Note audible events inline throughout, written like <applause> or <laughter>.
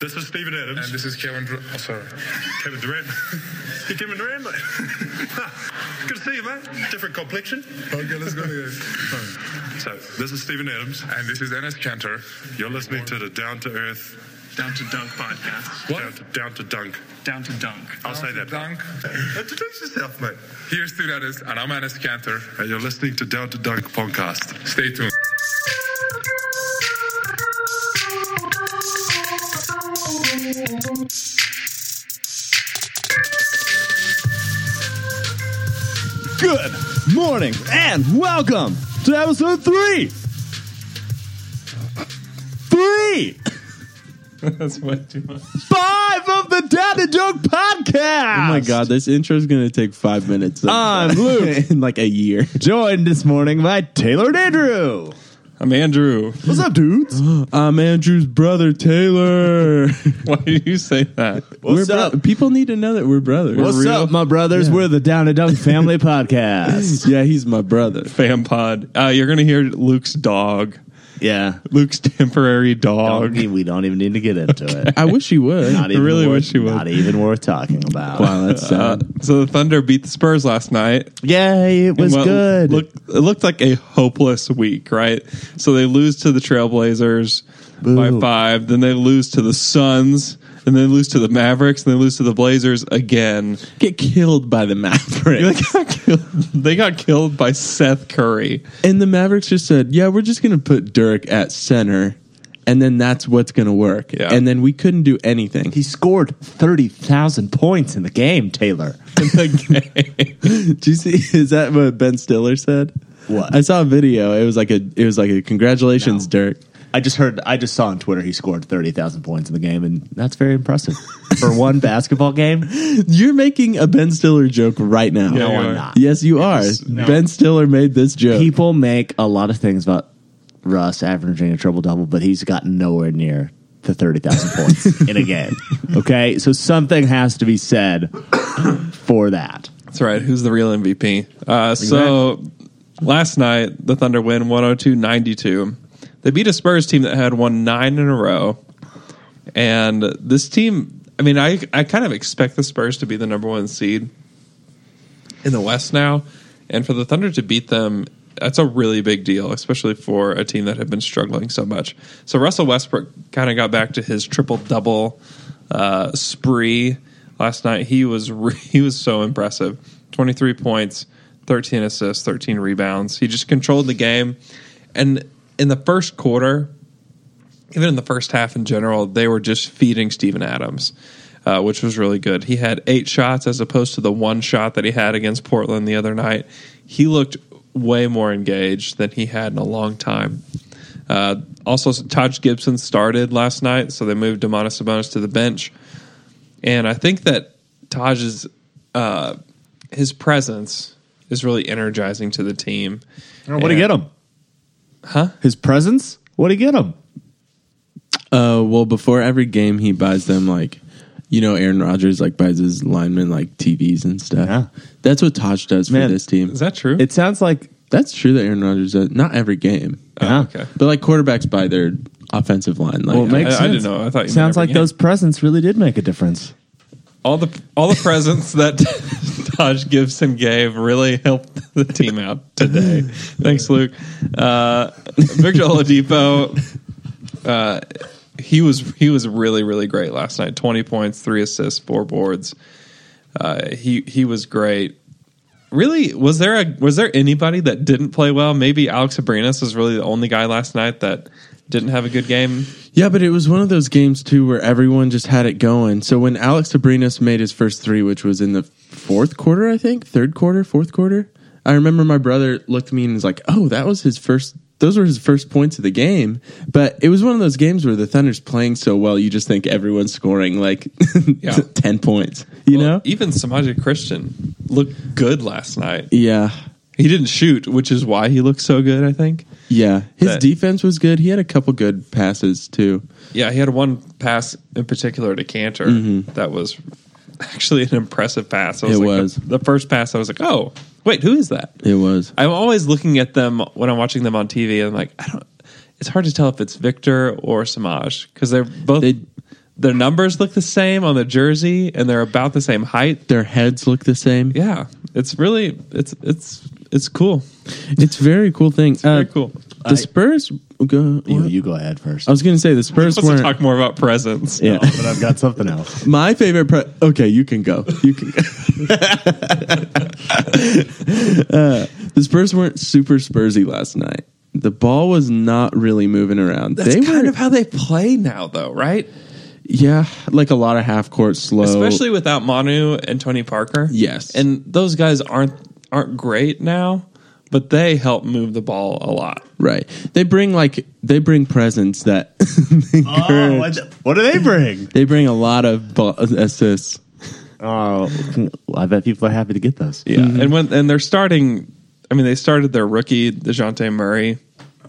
This is Stephen Adams. And this is Kevin. Dr- oh, sorry. Kevin Durant. you Kevin Durant, mate. Good to see you, mate. Different complexion. Okay, let's go. Again. Sorry. So, this is Stephen Adams. And this is Ennis Cantor. You're listening to the Down to Earth, Down to Dunk podcast. Down to, down to Dunk. Down to Dunk. I'll say that. Dunk. Introduce yourself, mate. Here's Stu Addis, and I'm Ennis Cantor. And you're listening to Down to Dunk podcast. Stay tuned. Good morning and welcome to episode three. Three, <laughs> That's way too much. five of the Down to Joke podcast. Oh my god, this intro is gonna take five minutes. I'm Luke. <laughs> in like a year. Joined this morning by Taylor and Andrew. I'm Andrew. <laughs> What's up, dudes? <gasps> I'm Andrew's brother Taylor. Why did you say that? <laughs> we're What's up? people need to know that we're brothers. What's We're real- up, my brothers? We're the Down to Dunk <laughs> Family Podcast. Yeah, he's my brother. Fam pod. Uh, you're gonna hear Luke's dog. Yeah. Luke's temporary Don't dog. need- we don't even need to get into it. <laughs> I wish he would. Not even really worth, wish you would. Not even worth talking about. wow, that's Uh, sad. so the Thunder beat the Spurs last night. <laughs> Yay, it was Well, good. Look, it looked like a hopeless week, right? So they lose to the Trailblazers by Boo. five, then they lose to the Suns, and then they lose to the Mavericks, and they lose to the Blazers again. Get killed by the They Mavericks. got killed, they got killed by Seth Curry. <laughs> and the Mavericks just said, Yeah, we're just gonna put Dirk at center. And then that's what's going to work. Yeah. And then we couldn't do anything. He scored 30,000 points in the game, <laughs> Taylor. in the game. <laughs> Do you see? Is that what Ben Stiller said? What? I saw a video. It was like a. It was like a congratulations, No. Dirk. I just heard, I just saw on Twitter he scored 30,000 points in the game, and that's very <laughs> impressive. For one basketball game? You're making a Ben Stiller joke right now. Yeah, No, you I'm are. not. Yes, you are. no. Ben Stiller made this joke. People make a lot of things about Russ averaging a triple double, but he's gotten nowhere near the <laughs> 30,000 points in a game. Okay? So something has to be said <coughs> for that. That's right. Who's the real MVP? Uh, so last night, the Thunder win 102 92. They beat a Spurs team that had won nine in a row. And this team, I mean, I, I kind of expect the Spurs to be the number one seed in the West now. And for the Thunder to beat them, that's a really big deal, especially for a team that had been struggling so much. So Russell Westbrook kind of got back to his triple double uh, spree last night. He was <laughs> re- he was so impressive. Twenty three points, thirteen assists, thirteen rebounds. He just controlled the game, and in the first quarter, even in the first half in general, they were just feeding Steven Adams, uh, which was really good. He had eight shots as opposed to the one shot that he had against Portland the other night. He looked way more engaged than he had in a long time. Uh, also, Taj Gibson started last night, so they moved Demonis Sabonis to the bench, and I think that Taj's uh, his presence is really energizing to the team. What'd he get him? Huh? His presence? What'd he get him? Uh, well, before every game, he buys them like, you know, Aaron Rodgers like buys his linemen like TVs and stuff. Yeah. That's what Taj does Man. for this team. Is that true? It sounds like that's true that Aaron Rodgers does. Not every game, Yeah. Oh, okay. but like quarterbacks buy their offensive line. Like, Well, it makes I- I sense. didn't know. I thought you meant sounds every like game. those presents really did make a difference. all the all the presents that <laughs> Taj Gibson gave really helped the team out today. Thanks, Luke. Uh, Victor Oladipo, uh, he was he was really really great last night. Twenty points, three assists, four boards. Uh, he he was great. Really, was there a was there anybody that didn't play well? Maybe Alex Abrinas was really the only guy last night that didn't have a good game. Yeah, but it was one of those games too where everyone just had it going. So when Alex Sabrinas made his first three, which was in the fourth quarter, I think, third quarter, fourth quarter, I remember my brother looked at me and was like, "Oh, that was his first. Those were his first points of the game." But it was one of those games where the Thunder's playing so well, you just think everyone's scoring like <laughs> Yeah. ten points. You Well, know? even Samaje Christian looked good last night. Yeah, He didn't shoot, which is why he looked so good, I think. yeah. His That- defense was good. He had a couple good passes too. Yeah, he had one pass in particular to Cantor that was actually an impressive pass. I It like, was. The, the first pass, I was like, oh, wait, who is that? It was. I'm always looking at them when I'm watching them on TV. And I'm like, I don't, it's hard to tell if it's Victor or Samaj because they're both, They- they, Their numbers look the same on the jersey, and they're about the same height. Their heads look the same. Yeah, it's really it's it's it's cool. It's very cool thing. Very Uh, cool. The Spurs. Go, You, what? you go ahead first. I was going to say the Spurs Let's weren't. talk more about presents. No, but I've got something <laughs> else. <laughs> My favorite. Pre- okay, you can go. You can. Go. <laughs> Uh, the Spurs weren't super Spursy last night. The ball was not really moving around. That's they kind were, of how they play now, though, right? yeah, like a lot of half court slow. Especially without Manu and Tony Parker. Yes. and those guys aren't aren't great now, but they help move the ball a lot. right. They bring like they bring presence that <laughs> Oh, what, what do they bring? they bring a lot of ball, assists. <laughs> Oh, I bet people are happy to get those. Yeah, Mm-hmm. and when and they're starting, I mean, they started their rookie Dejounte Murray.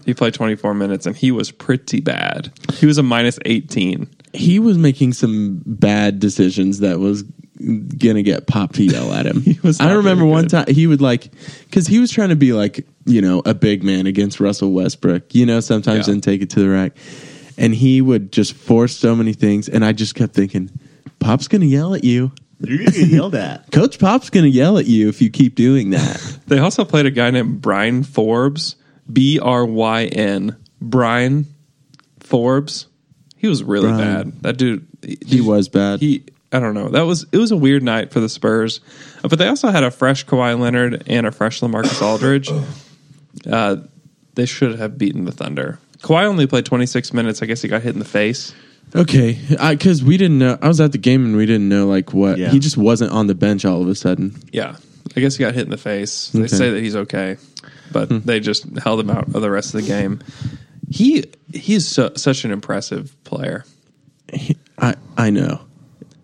He played 24 minutes and he was pretty bad. He was a minus 18. He was making some bad decisions that was gonna get Pop to yell at <laughs> him. was not I remember very one good. time he would like because he was trying to be like you know a big man against Russell Westbrook. You know sometimes Yeah. and take it to the rack, and he would just force so many things. And I just kept thinking, Pop's gonna yell at you. You're going to get yelled at. Coach Pop's gonna yell at you if you keep doing that. <laughs> They also played a guy named Brian Forbes, B R Y N. Brian Forbes. He was really Brian. bad. That dude. He, he was bad. He. I don't know. That was it. Was a weird night for the Spurs, Uh, but they also had a fresh Kawhi Leonard and a fresh LaMarcus Aldridge. Uh, they should have beaten the Thunder. Kawhi only played 26 minutes. I guess he got hit in the face. Okay, because we didn't know. I was at the game and we didn't know like what Yeah. he just wasn't on the bench all of a sudden. Yeah, I guess he got hit in the face. They Okay. say that he's okay, but they just held him out of the rest of the game. He he's su- such an impressive player. I I know.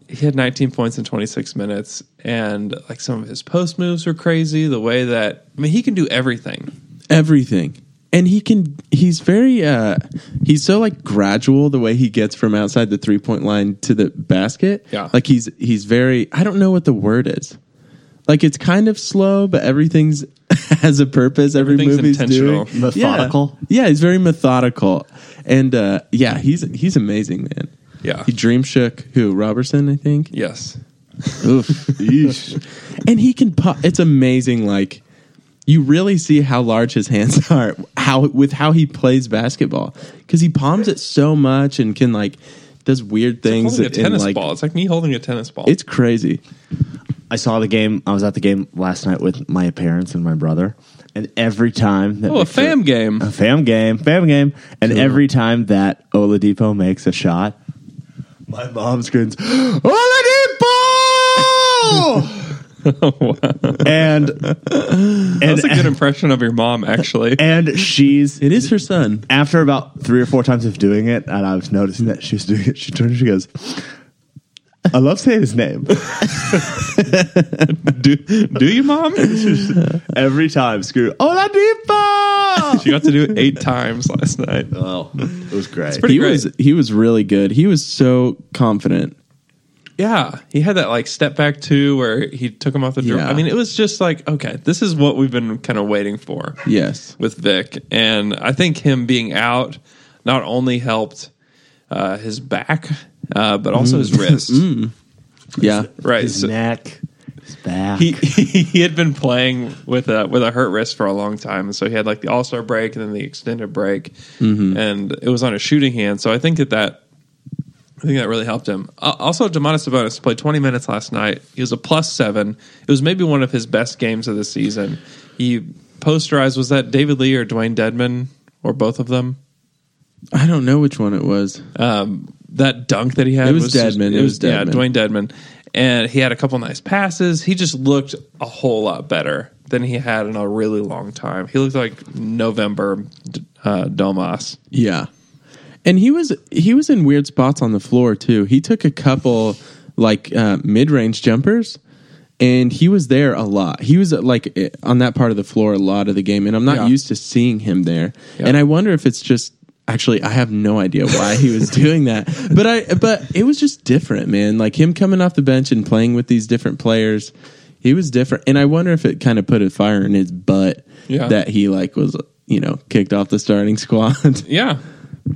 He had 19 points in 26 minutes, and like some of his post moves were crazy. The way that I mean, he can do everything. everything and he can he's very uh he's so like gradual the way he gets from outside the three point line to the basket Yeah. like he's he's very i don't know what the word is like it's kind of slow but everything's <laughs> has a purpose every Everything's movie's intentional. doing Methodical. yeah. yeah he's very methodical and uh yeah he's he's amazing man Yeah. he dream shook who robertson i think Yes. <laughs> and he can pop. It's amazing. Like you really see how large his hands <laughs> are. How with how he plays basketball because he palms it so much and can like does weird things. Holding a and, tennis like, ball. It's like me holding a tennis ball. It's crazy. I saw the game. I was at the game last night with my parents and my brother. And every time that oh, a Victor- fam <laughs> game. a fam game, fam game, and every time that Oladipo makes a shot, my mom screams <gasps> <laughs> Oladipo, <laughs> and and <laughs> That's a good impression of your mom, <laughs> actually. and she's It is her son. after about three or four times of doing it, and I was noticing that she was doing it. She turned and she goes. I love saying his <laughs> name do, do you, <laughs> mom? every time. Screw <laughs> Oladipo! She got to do it eight times last night. Oh, it was great. Pretty he great. was he was really good. He was so confident. Yeah, he had that like step back two where he took him off the dribble. Yeah. I mean, it was just like, okay, this is what we've been kind of waiting for Yes. with Vic, and I think him being out not only helped uh, his back, uh, but also his wrist. Yeah. Right, his so neck, his back. he he <laughs> had been playing with a with a hurt wrist for a long time, and so he had like the All Star break and then the extended break, and it was on a shooting hand. So I think that that I think that really helped him. Uh, also, Demonis Sabonis played 20 minutes last night. He was a plus seven. It was maybe one of his best games of the season. He posterized. Was that David Lee or Dwayne Dedman or both of them? I don't know which one it was. that dunk that he had It was just- Dedmon. It it was was yeah, Dedmon. Dwayne Deadman, and he had a couple nice passes. He just looked a whole lot better than he had in a really long time. He looked like November uh, Domas. Yeah. And he was he was in weird spots on the floor too. He took a couple like uh, mid range jumpers, and he was there a lot. He was uh, like eh, on that part of the floor a lot of the game, and I'm not Yeah. used to seeing him there. And I wonder if it's just actually I have no idea why he was <laughs> doing that, but I but it was just different, man. Like him coming off the bench and playing with these different players, he was different. And I wonder if it kind of put a fire in his butt Yeah. that he like was you know kicked off the starting <laughs> squad. Yeah,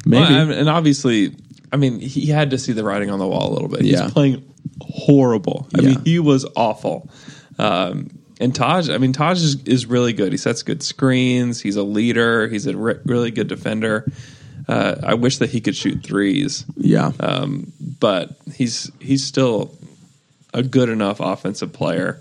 Maybe. Well, and- and obviously I mean, he had to see the writing on the wall a little bit. Yeah. He's playing horrible. I Yeah. mean, he was awful. Um, and Taj, I mean, Taj is, is really good. He sets good screens. He's a leader. He's a re- really good defender. Uh, I wish that he could shoot threes, Yeah. um, but he's he's still a good enough offensive player.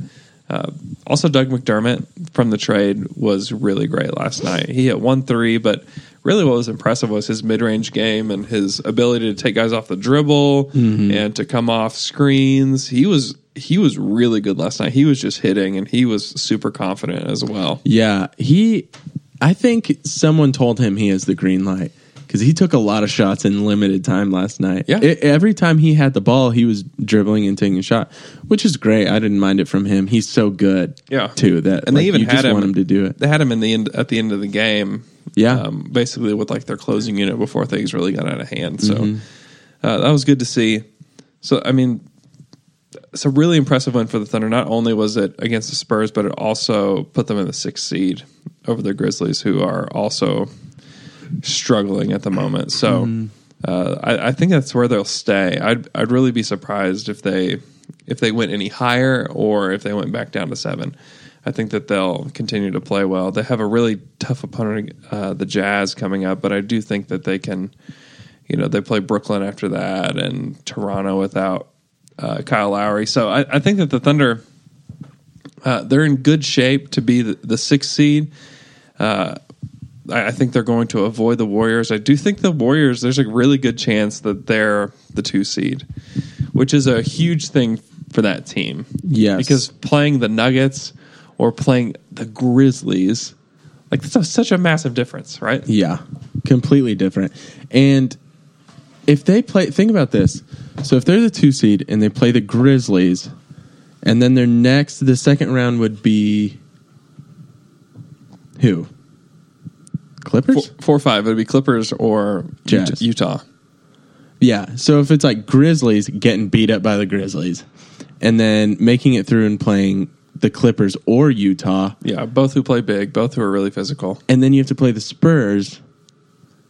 Uh, also, Doug McDermott from the trade was really great last night. He hit one three, but really what was impressive was his mid range game and his ability to take guys off the dribble and to come off screens. He was he was really good last night. He was just hitting and he was super confident as well. Yeah, he. I think someone told him he has the green light because he took a lot of shots in limited time last night. Yeah. E- every time he had the ball, he was dribbling and taking a shot, which is great. I didn't mind it from him. He's so good. Yeah. too. That And they like, even you had just him- want him to do it. They had him in the end at the end of the game. Yeah. um, basically with like their closing unit before things really got out of hand. So uh, that was good to see. So I mean, it's a really impressive win for the Thunder. Not only was it against the Spurs, but it also put them in the sixth seed over the Grizzlies, who are also struggling at the moment. So uh, I, I think that's where they'll stay. I'd I'd really be surprised if they if they went any higher or if they went back down to seven. I think that they'll continue to play well. They have a really tough opponent, uh, the Jazz, coming up, but I do think that they can. You know, they play Brooklyn after that and Toronto without uh, Kyle Lowry. So I, I think that the Thunder uh, they're in good shape to be the, the sixth seed. Uh, I, I think they're going to avoid the Warriors. I do think the Warriors. There's a really good chance that they're the two seed, which is a huge thing for that team. Yes. because playing the Nuggets or playing the Grizzlies, like that's a, such a massive difference, right? Yeah, completely different. And if they play, think about this. So if they're the two seed and they play the Grizzlies, and then their next, the second round would be who? Four, Clippers. four or five. It would be Clippers or Jazz. Ut- Utah. Yeah. So if it's like Grizzlies getting beat up by the Grizzlies, and then making it through and playing the Clippers or Utah, Yeah, both who play big, both who are really physical. and then you have to play the Spurs.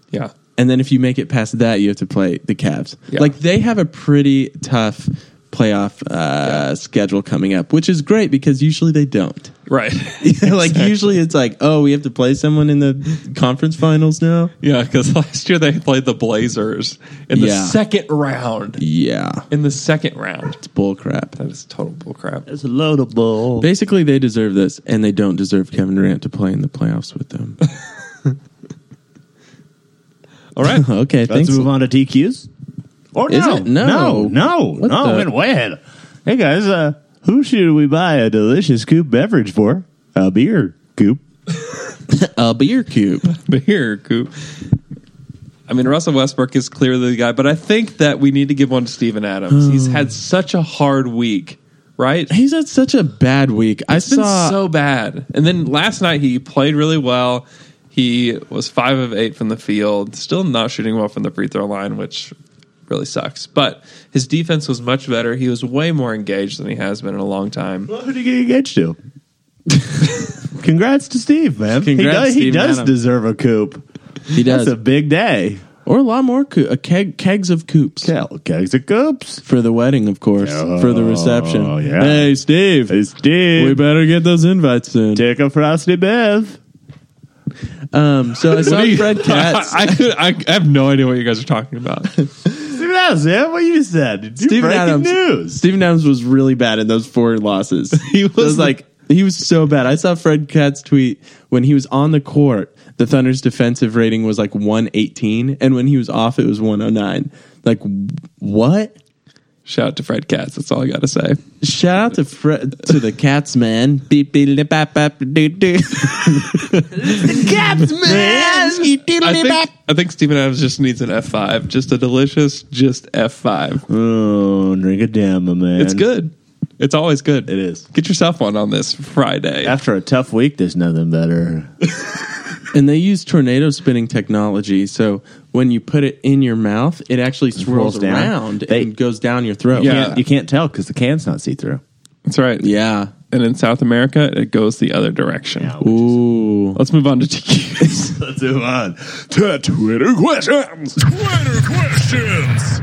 Yeah. And then if you make it past that, you have to play the Cavs. Yeah. Like they have a pretty tough playoff uh, schedule coming up, which is great because usually they don't. <laughs> Right. like usually it's like, oh, we have to play someone in the conference finals now. Yeah, because last year they played the Blazers in the Yeah. second round. Yeah, In the second round. it's bullcrap. That is total bullcrap. It's a load of bull. Basically, they deserve this, and they don't deserve Kevin Durant to play in the playoffs with them. <laughs> All right. <laughs> okay, Let's thanks. move on to DQs. Or Is no, it? No. no, no, What no, the- went way ahead. Hey guys, uh, who should we buy a delicious coop beverage for? A beer coop. A beer cube. but here, Coop. I mean, Russell Westbrook is clearly the guy, but I think that we need to give one to Steven Adams. <sighs> He's had such a hard week, right? He's had such a bad week. I It's been saw. so bad. And then last night he played really well. He was five of eight from the field, still not shooting well from the free throw line, which really sucks. But his defense was much better. He was way more engaged than he has been in a long time. Well, who do you get engaged to? <laughs> Congrats to Steve, man. he does, Congrats, he Steve does Adams. deserve a coop. he does, That's a big day. or a lot more coo- a keg, kegs of coops. Hell, kegs of coops. For the wedding, of course. for the reception. Oh, yeah. Hey, Steve. Hey, We Steve, better get those invites soon. take a frosty bev. Um, so I saw Fred <laughs> Katz. I, could, I, I have no idea what you guys are talking about. Steve Adams, man, what you just said? You're Steven breaking Adams. news. Steven Adams was really bad in those <laughs> four losses. He It was- like he was so bad. I saw Fred Katz tweet when he was on the court. The Thunder's defensive rating was like 118, and when he was off, it was 109. Like what? <laughs> Shout out to Fred Katz. That's all I got to say. Shout out to Fred to the Cats man. Beep beep beep bap bap doo doo. <laughs> The Cats I man. think, I think Steven Adams just needs an F5. Just a delicious, just F5. Oh, drink a damn, my man. It's good. It's always good. It is. Get yourself one on this Friday. After a tough week, there's nothing better. And they use tornado spinning technology, so when you put it in your mouth, it actually swirls rolls down. around They- and goes down your throat. Yeah. Can't- you can't tell because the can's not see through. That's right. yeah. and in South America, it goes the other direction. Ooh. Let's move on to TQs. Let's move on to Twitter questions. Twitter questions.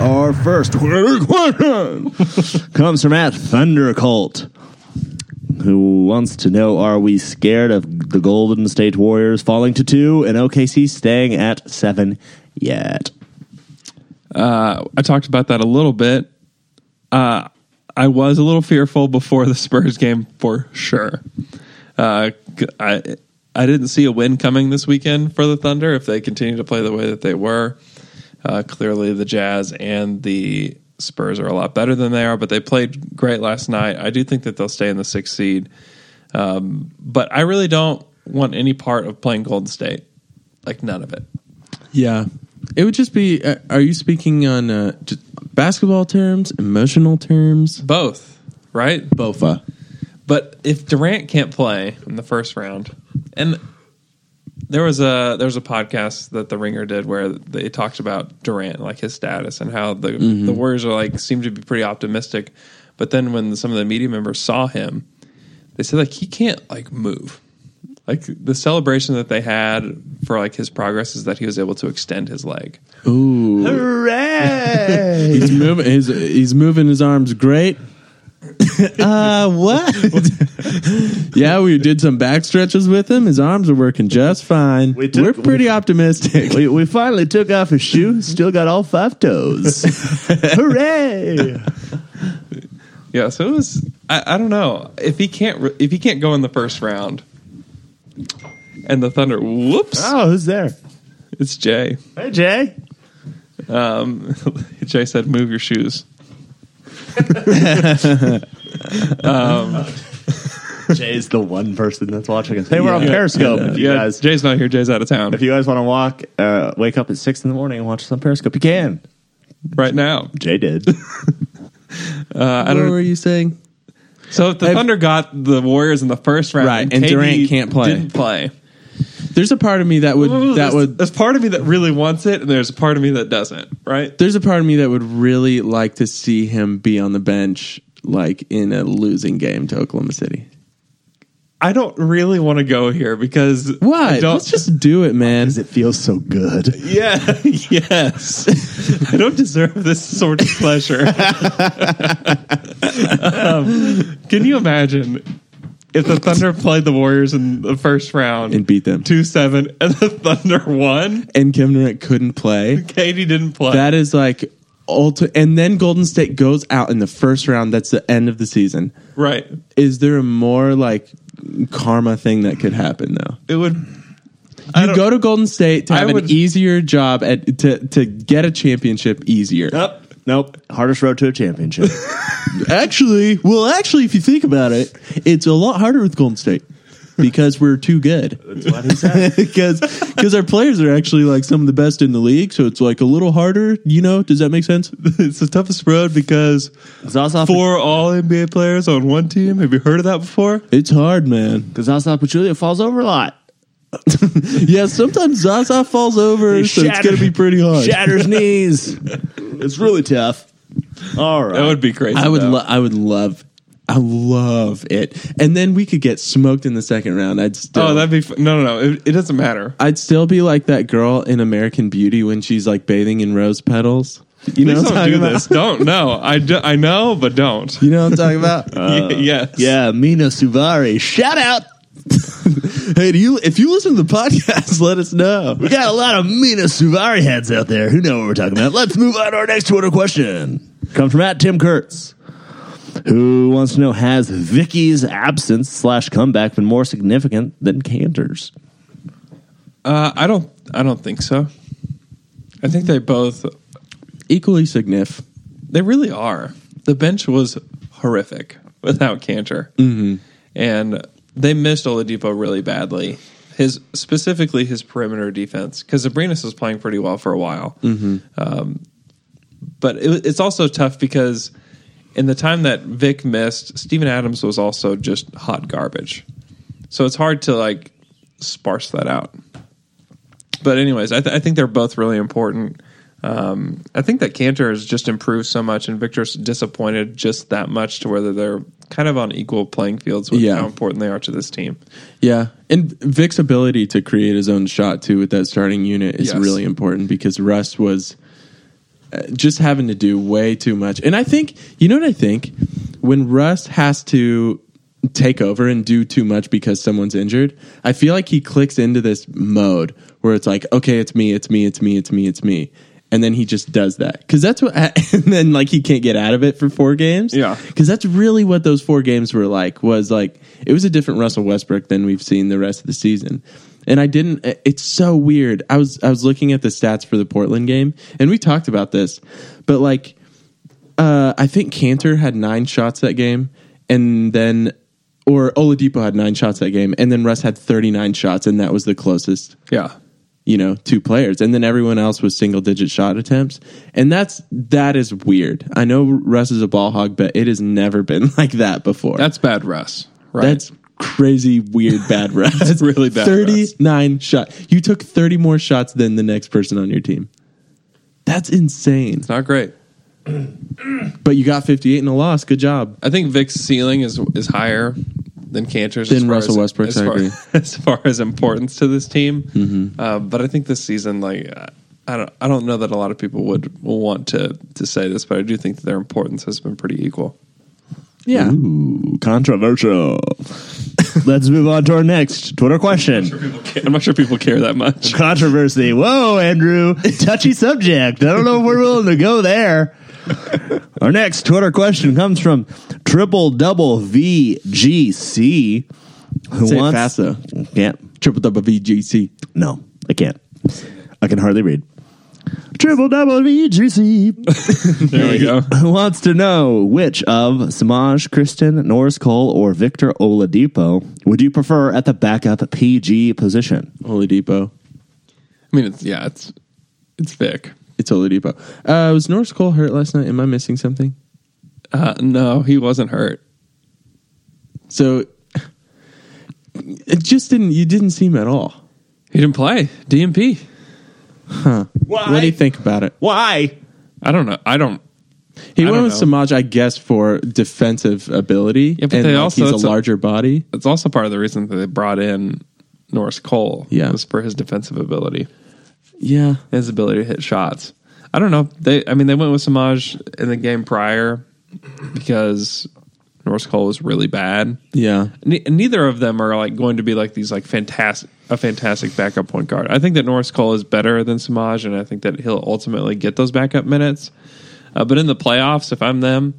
Our first Twitter <laughs> questions. comes from at Thundercult, who wants to know: Are we scared of the Golden State Warriors falling to two and OKC staying at seven yet? I talked about that a little bit. Uh, I was a little fearful before the Spurs game for sure. Uh, c- I I didn't see a win coming this weekend for the Thunder if they continue to play the way that they were. Uh, clearly, the Jazz and the Spurs are a lot better than they are, but they played great last night. I do think that they'll stay in the sixth seed, um, but I really don't want any part of playing Golden State, like none of it. Yeah. It would just be. Uh, are you speaking on uh, just basketball terms, emotional terms? Both, right? Bofa. But if Durant can't play in the first round, and there was a there was a podcast that the Ringer did where they talked about Durant, like his status and how the the Warriors are like seem to be pretty optimistic, but then when some of the media members saw him, they said like he can't like move. Like the celebration that they had for like his progress is that he was able to extend his leg. Ooh. Hooray! He's moving. His, he's moving his arms great. <laughs> uh, what? <laughs> Yeah, we did some back stretches with him. His arms are working just fine. We took- We're pretty optimistic. we, we finally took off his shoe. Still got all five <laughs> toes. Hooray! Yeah, so it was. I, I don't know if he can't re- if he can't go in the first round, and the Thunder. Whoops! Oh, who's there? It's Jay. Hey, Jay. Um, Jay said, "Move your shoes." Jay's the one person that's watching us. Hey, we're on Yeah. Periscope. if you yeah, guys, Jay's not here. Jay's out of town if you guys want to walk, uh, wake up at six in the morning and watch us on Periscope, you can. right now. Jay did. <laughs> I don't. What were you saying? So if the I've- Thunder got the Warriors in the first round, Right, and KD Durant can't play. Didn't play. There's a part of me that would that there's, would There's part of me that really wants it, and there's a part of me that doesn't. Right? there's a part of me that would really like to see him be on the bench like in a losing game to Oklahoma City. I don't really want to go here because <laughs> I Why? don't- Let's just do it, man. Because it feels so good. Yeah. <laughs> yes. I don't deserve this sort of <laughs> pleasure. Um, can you imagine if the Thunder played the Warriors in the first round And beat them. two seven, and the Thunder won? And Kevin Durant couldn't play. Katie didn't play. That is like ulti- and then Golden State goes out in the first round. That's the end of the season. right. Is there a more like karma thing that could happen though? It would. You go to Golden State to I have an would- easier job at to to get a championship easier. Nope. Nope. Hardest road to a <laughs> championship. Actually, well, actually, if you think about it, it's a lot harder with Golden State because we're too good. That's what he said. <laughs> Because because our players are actually like some of the best in the league, so it's like a little harder. You know, does that make sense? <laughs> It's the toughest road because Zaza, four all NBA players on one team. Have you heard of that before? It's hard, man. because Zaza Pachulia falls over a lot. Yeah, sometimes Zaza falls over, They so it's shatter- gonna be pretty hard. <laughs> Shatters knees. It's really tough. All right. That would be crazy. I would, though. lo- I would love, I love it, and then we could get smoked in the second round. I'd still, Oh, that'd be f- no, no, no. It, it doesn't matter. I'd still be like that girl in American Beauty when she's like bathing in rose petals. You <laughs> know, Please what don't I'm talking do about? this. Don't. No, I, do, I know, but don't. You know what I'm talking <laughs> about? yes. Uh, yeah, Mina Suvari. Shout <laughs> out. hey, do you if you listen to the podcast, let us know. We got a lot of Mina Suvari heads out there who know what we're talking about. Let's move on to our next Twitter question. Comes from at Tim Kurtz, who wants to know has Vicky's absence slash comeback been more significant than Cantor's? Uh, I don't. I don't think so. I think they both. Equally signif. They really are. The bench was horrific <laughs> without Cantor, mm-hmm. and they missed Oladipo really badly. His specifically his perimeter defense because Zabrinas was playing pretty well for a while. but it, it's also tough because in the time that Vic missed, Steven Adams was also just hot garbage. So it's hard to like sparse that out. But anyways, I, th- I think they're both really important. Um, I think that Cantor has just improved so much, and Victor's disappointed just that much to whether they're kind of on equal playing fields with Yeah. how important they are to this team. Yeah, and Vic's ability to create his own shot too with that starting unit is Yes. really important because Russ was uh, just having to do way too much. And I think you know what I think when Russ has to take over and do too much because someone's injured, I feel like he clicks into this mode where it's like, okay, it's me, it's me, it's me, it's me, it's me. And then he just does that because that's what, <laughs> and then like he can't get out of it for four games Yeah. because that's really what those four games were like was like it was a different russell westbrook than we've seen the rest of the season and i didn't it's so weird i was i was looking at the stats for the portland game and we talked about this but like uh i think cantor had nine shots that game and then or oladipo had nine shots that game and then russ had 39 shots and that was the closest Yeah. you know two players and then everyone else was single digit shot attempts and that's that is weird i know russ is a ball hog but it has never been <laughs> like that before That's bad, Russ. Right. that's crazy weird <laughs> bad russ that's really bad 39 shot you took 30 more shots than the next person on your team that's insane not great. but you got 58 in a loss good job I think Vic's ceiling is is higher than Cantor's. Than as far Russell as- Westbrook's, as I far, agree. <laughs> Mm-hmm. As far as importance to this team, Uh, but I think this season, like I- I don't, I don't know that a lot of people would will want to to say this, but I do think that their importance has been pretty equal. yeah Ooh, controversial. <laughs> Let's move on to our next Twitter question. <laughs> I'm not sure people care that <laughs> much. Controversy. Whoa, Andrew. Touchy subject. I don't know if we're willing to go there. Our next Twitter question comes from Triple Double VGC. Who Say it wants? fast, though. Can't. triple double vgc No, I can't. I can hardly read. Triple Double VGC. There we go. who wants to know which of Samaj, Kristen, Norris Cole, or Victor Oladipo would you prefer at the backup PG position? <laughs> oladipo I mean, it's yeah, it's it's Vic. it's oladipo uh was norris cole hurt last night am i missing something Uh, no, he wasn't hurt. So it just didn't. You didn't seem at all. He didn't play DMP. Why? What do you think about it? Why? I don't know. I don't. He I went don't with know. Samaj, I guess, for defensive ability. Yeah, but they also- he's it's a a- larger body. That's also part of the reason that they brought in Norris Cole. Yeah. was for his defensive ability. Yeah, his ability to hit shots. I don't know. They, I mean, they went with Samaj in the game prior because Norris Cole was really bad. yeah. Ne- neither of them are like going to be like these like fantastic a fantastic backup point guard. I think that Norris Cole is better than Samaj, and I think that he'll ultimately get those backup minutes. Uh, but in the playoffs, if I'm them,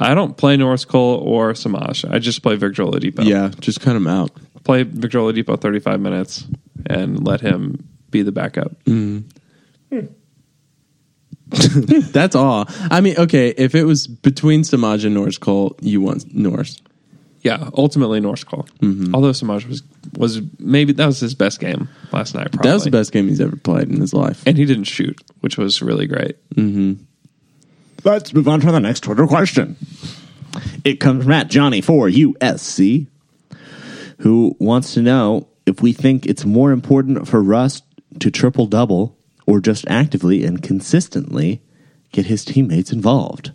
I don't play Norris Cole or Samaj. I just play Victor Oladipo. Yeah, just cut him out. play Victor Oladipo 35 minutes and let him be the backup. That's all. I mean, okay, if it was between Samaj and Norris Cole, you want Norris. Yeah, ultimately Norse Call. Mm-hmm. Although Samaj was was maybe that was his best game last night. Probably That was the best game he's ever played in his life. and he didn't shoot, which was really great. Let's move on to the next Twitter question. It comes from at Johnny for USC, who wants to know if we think it's more important for Russ to triple double or just actively and consistently get his teammates involved.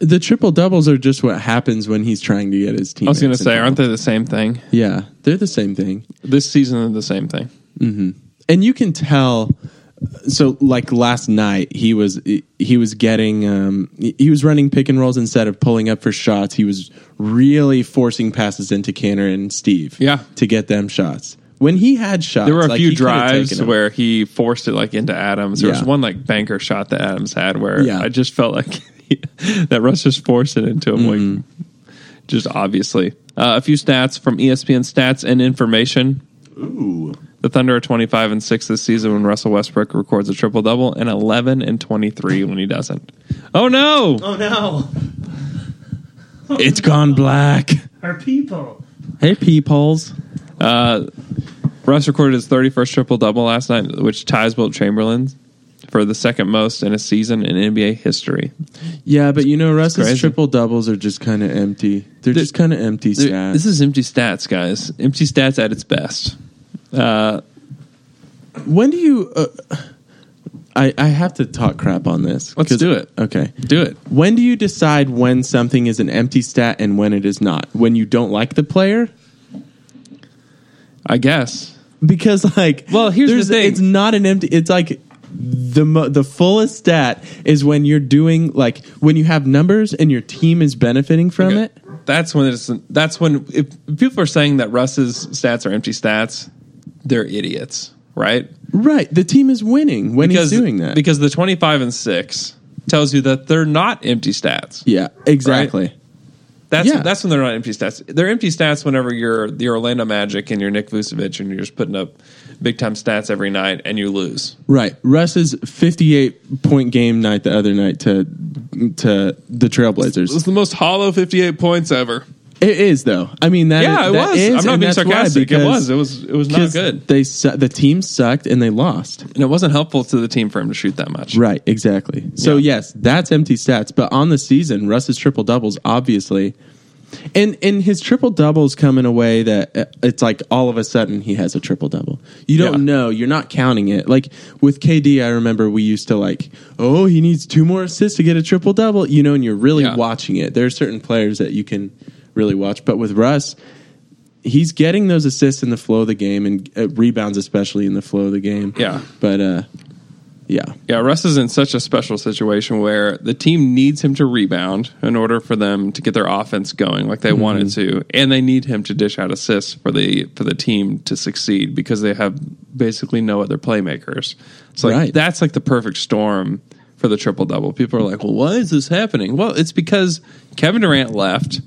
The triple doubles are just what happens when he's trying to get his team. I was going to say, aren't they the same thing? Yeah, they're the same thing. This season, they're the same thing. and you can tell so like last night he was he was getting um he was running pick and rolls instead of pulling up for shots he was really forcing passes into Canner and Steve Yeah. to get them shots when he had shots There were a like, few he could have drives <laughs> taken 'em. where he forced it like into Adams. There Yeah. was one like banker shot that Adams had where Yeah. I just felt like <laughs> that Russ just forced it into him. Like Mm-hmm. just obviously uh, a few stats from ESPN stats and information. The Thunder are 25 and 6 this season when Russell Westbrook records a triple double and 11 and 23 when he doesn't. Oh no! Oh no, it's gone black Our people. hey peepholes Russ recorded his 31st triple double last night, which ties Wilt Chamberlain's for the second most in a season in NBA history. yeah but you know Russ's crazy. triple doubles are just kind of empty they're just kind of empty There- stats This is empty stats, guys. Empty stats at its best. when do you uh, I, I have to talk crap on this. Let's 'Cause- do it. Okay. Do it. When do you decide when something is an empty stat and when it is not? When you don't like the player? I guess. Because like, Well, here's the there's- thing. it's not an empty. It's like the mo- the fullest stat is when you're doing like when you have numbers and your team is benefiting from Okay. it. That's when it's. That's when if people are saying that Russ's stats are empty stats, they're idiots, right? Right. The team is winning when he's doing that. because the twenty five and six tells you that they're not empty stats. yeah. Exactly. That's Yeah. that's when they're not empty stats. They're empty stats whenever you're the Orlando Magic and you're Nick Vucevic and you're just putting up big time stats every night and you lose. Right. Russ's 58 point game night the other night to to the Trailblazers. the most hollow fifty eight points ever. It is though. I mean that yeah, it that was. is, I'm not being and that's why, sarcastic. It because- was. It was. It was not because good, They su- the team sucked and they lost. and it wasn't helpful to the team for him to shoot that much. Right, exactly. So yes, that's empty stats, but on the season, Russ's triple doubles obviously. And and his triple doubles come in a way that uh, it's like all of a sudden he has a triple double. You don't Yeah. know, you're not counting it. Like with KD, I remember we used to like, oh, he needs two more assists to get a triple double, you know, and you're really Yeah. watching it. There are certain players that you can really watch, but with Russ, he's getting those assists in the flow of the game and uh, rebounds especially in the flow of the game. Yeah. But uh yeah. Yeah, Russ is in such a special situation where the team needs him to rebound in order for them to get their offense going like they Mm-hmm. wanted to, and they need him to dish out assists for the for the team to succeed because they have basically no other playmakers. So like, Right. that's like the perfect storm for the triple double. People are like, "Well, why is this happening?" Well, it's because Kevin Durant left.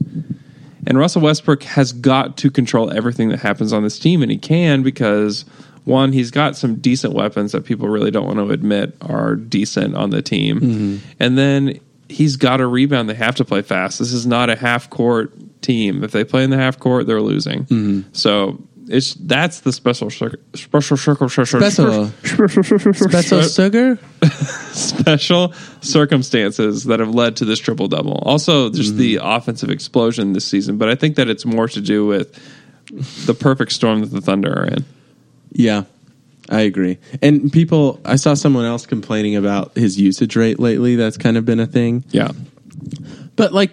And Russell Westbrook has got to control everything that happens on this team, and he can because one, he's got some decent weapons that people really don't want to admit are decent on the team, and then he's got to rebound. They have to play fast. This is not a half court team. If they play in the half court, they're losing. So it's that's the special circ- special circle Special. Special sugar? special circumstances that have led to this triple double. Also, just the Mm-hmm. offensive explosion this season, but I think that it's more to do with the perfect storm that the Thunder are in. Yeah, I agree. And people, I saw someone else complaining about his usage rate lately. That's kind of been a thing. Yeah. But like,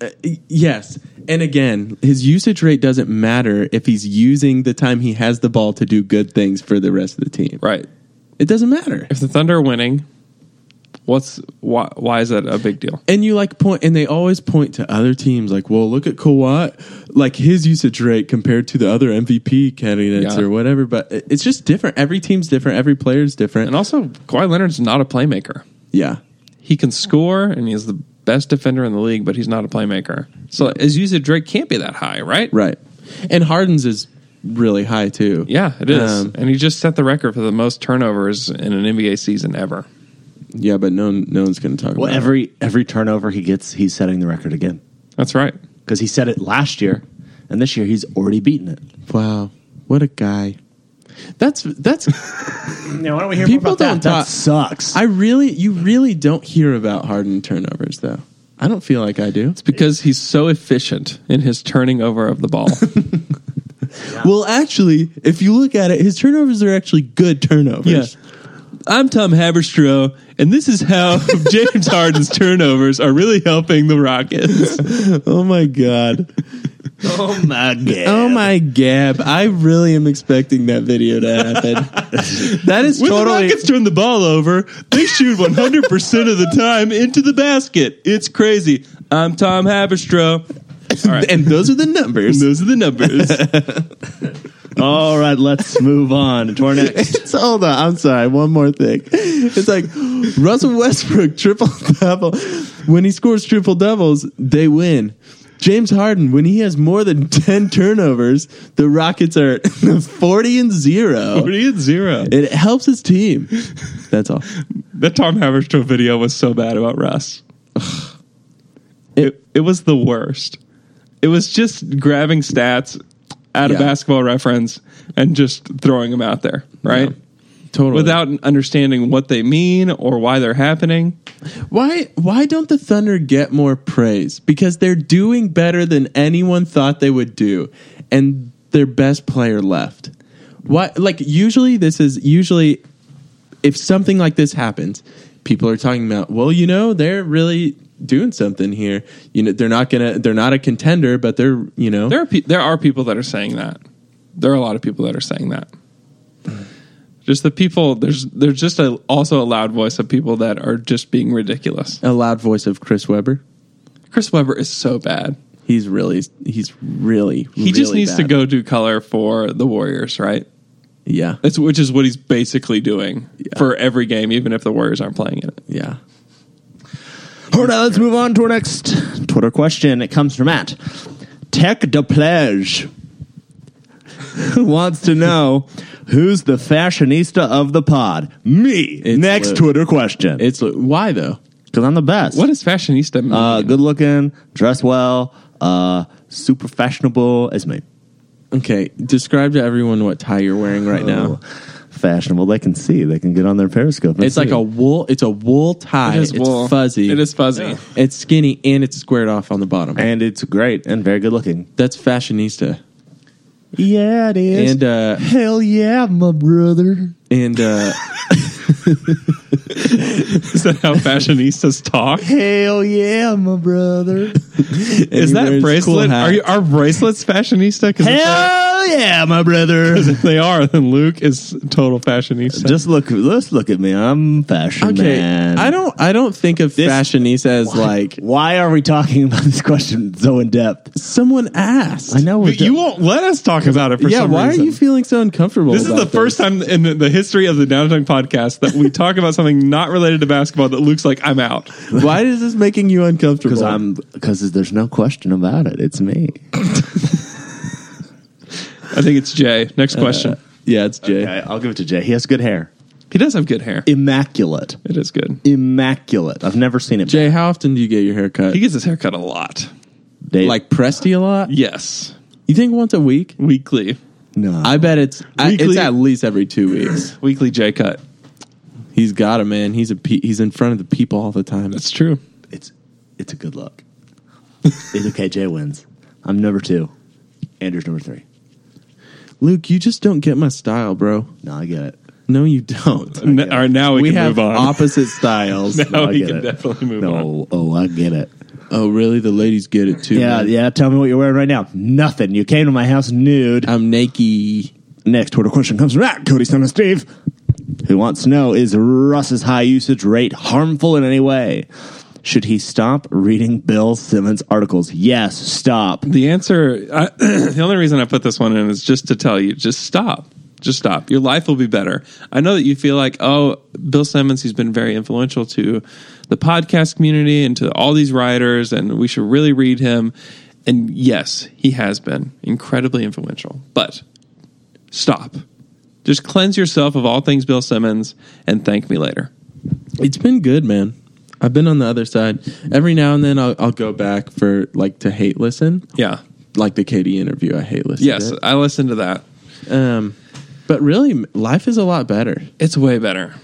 uh, yes. And again, his usage rate doesn't matter if he's using the time he has the ball to do good things for the rest of the team. Right. It doesn't matter. If the Thunder are winning, what's why, why is that a big deal? And you like point, and they always point to other teams. Like, well, look at Kawhi, like his usage rate compared to the other MVP candidates Yeah. or whatever. But it- it's just different. Every team's different. Every player's different. And also, Kawhi Leonard's not a playmaker. yeah, He can score and he's the best defender in the league, but he's not a playmaker. So his usage rate can't be that high, right? Right. And Harden's is really high too. Yeah, it is. Um, and he just set the record for the most turnovers in an NBA season ever. Yeah, but no one- no one's going to talk Well, about it. every every turnover he gets, he's setting the record again That's right. because he set it last year, and this year he's already beaten it. Wow. What a guy. That's that's <laughs> Now, why don't we hear more People about that? don't That talk- sucks. I really you really don't hear about Harden turnovers though. I don't feel like I do. because he's so efficient in his turning over of the <laughs> ball. Well, actually, if you look at it, his turnovers are actually good turnovers. I'm Tom Haberstroh, and this is how <laughs> James Harden's turnovers are really helping the Rockets. <laughs> Oh my god. oh my god. Oh my gab. I really am expecting that video to <laughs> happen. that is totally turn the ball over, they shoot 100% of the time into the basket. It's crazy. I'm Tom Haberstroh. All right. <laughs> and those are the numbers. those are the numbers. All right, <laughs> let's move on to our <laughs> next. It's, hold on, I'm sorry. One more thing. It's like Russell Westbrook triple double. When he scores triple doubles, they win. James Harden, when he has more than ten turnovers, the Rockets are <laughs> forty and zero. zero. It helps his team. That's all. The Tom Haberstroh video was so bad about Russ. It it was the worst. It was just grabbing stats out of Yeah. basketball reference and just throwing them out there, right? Totally. Without understanding what they mean or why they're happening. why why don't the Thunder get more praise? Because they're doing better than anyone thought they would do, and their best player left. Why? Like usually, this is usually if something like this happens, people are talking about, well, you know, they're really doing something here. You know, they're not gonna, they're not a contender, but they're, you know, There are pe- there are people that are saying that. There are a lot of people that are saying that. Just the people there's there's just a, also a loud voice of people that are just being ridiculous. a loud voice of Chris Webber. Chris Webber is so bad. He's really, he's really, He just really needs to bad. go do color for the Warriors, right? Yeah, That's which is what he's basically doing for every game, even if the Warriors aren't playing in it. yeah. All right, let's move on to our next Twitter question. It comes from at Tech de Plage. Who wants to know who's the fashionista of the pod? Me. next Luke. Twitter question. It's why though? Because I'm the best. What is fashionista mean? Uh, good looking, dress well, uh, super fashionable. It's me. Okay, describe to everyone what tie you're wearing right now. Fashionable. They can see. They can get on their Periscope. and It's like see. a wool. It's a wool tie. It is it's wool. fuzzy. It is fuzzy. It's skinny and it's squared off on the bottom. And it's great and very good looking. That's fashionista. Yeah, it is. And uh, hell yeah, my brother. <laughs> and uh, <laughs> Is that how fashionistas talk? Hell yeah, my <laughs> brother. Is he that wears bracelet? cool are you, are bracelets fashionista? Because Hell yeah, my brother. if they are, <laughs> then Luke is total fashionista. Just look, let's look at me. I'm fashion okay, man. I don't I don't think of This- fashionista as like <laughs> Why are we talking about this question so in depth? someone asked. I know we But you won't let us talk about it for Oh, Yeah, some why reason. are you feeling so uncomfortable? this is about the first time in the, the history of the Downtime podcast that we talk about something not related to basketball that Luke's like, I'm out. Why is this making you uncomfortable? because I'm because there's no question about it. It's me. I think it's Jay. Uh, Next question. yeah, it's Jay. Okay, I'll give it to Jay. He has good hair. he does have good hair. Immaculate. It is good. Immaculate. I've never seen it. Jay, how often do you get your hair cut? He gets his hair cut a lot. Dave, like Presty a lot. Yes. You think once a week? Weekly. no. I bet it's I, it's Weekly. at least every two weeks. Weekly Jay cut. He's got a man. He's a pe- he's in front of the people all the time. That's true. it's it's a good look. <laughs> it's okay. Jay wins. I'm number two. Andrew's number three. Luke, you just don't get my style, bro. No, I get it. No, you don't. N- all right, <laughs> now we, we can have move on. opposite <laughs> styles. now I we get Oh, can it. definitely move on. No, oh, I get it. Oh, really? The ladies get it too. Yeah, man. yeah. Tell me what you're wearing right now. Nothing. You came to my house nude. I'm naked. Next Twitter question comes from that Cody Son of Steve, who wants to know is Russ's high usage rate harmful in any way? Should he stop reading Bill Simmons articles? Yes, stop. The answer, I, <clears throat> the only reason I put this one in is just to tell you, just stop. Just stop. Your life will be better. I know that you feel like, oh, Bill Simmons, he's been very influential to the podcast community and to all these writers, and we should really read him. And yes, he has been incredibly influential, but stop. Just cleanse yourself of all things Bill Simmons and thank me later. It's been good, man. I've been on the other side. Every now and then, I'll, I'll go back for like to hate listen, Yeah. like the Katie interview. I hate listen. Yes, I listened to that. Um, but really, m- life is a lot better. It's way better.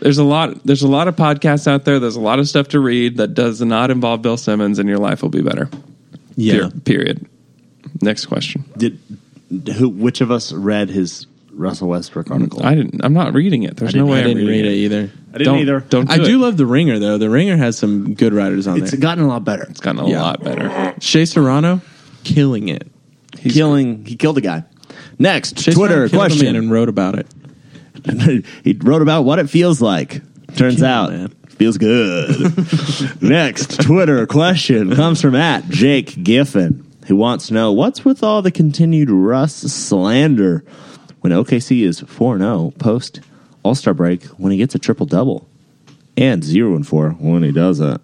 There's a lot. There's a lot of podcasts out there. There's a lot of stuff to read that does not involve Bill Simmons, and your life will be better. Per- period. Next question. Did who? Which of us read his Russell Westbrook article? I didn't. I'm not reading it. There's no didn't- way I I'm didn't reading read it either. I didn't Don't- either. Don't. Do I do It. love the Ringer though. The Ringer has some good writers on It's there. gotten a lot better. It's gotten a Yeah. lot better. Shea Serrano, killing it. He's killing. He killed a guy. Next Shea Twitter Serrano killed a man question. and wrote about it. <laughs> he wrote about what it feels like. Turns Killed, out, man. feels good. Next Twitter question comes from at Jake Giffen, who wants to know what's with all the continued Russ slander when OKC is 4 0 post All Star break when he gets a triple double and 0 and 4 when he doesn't.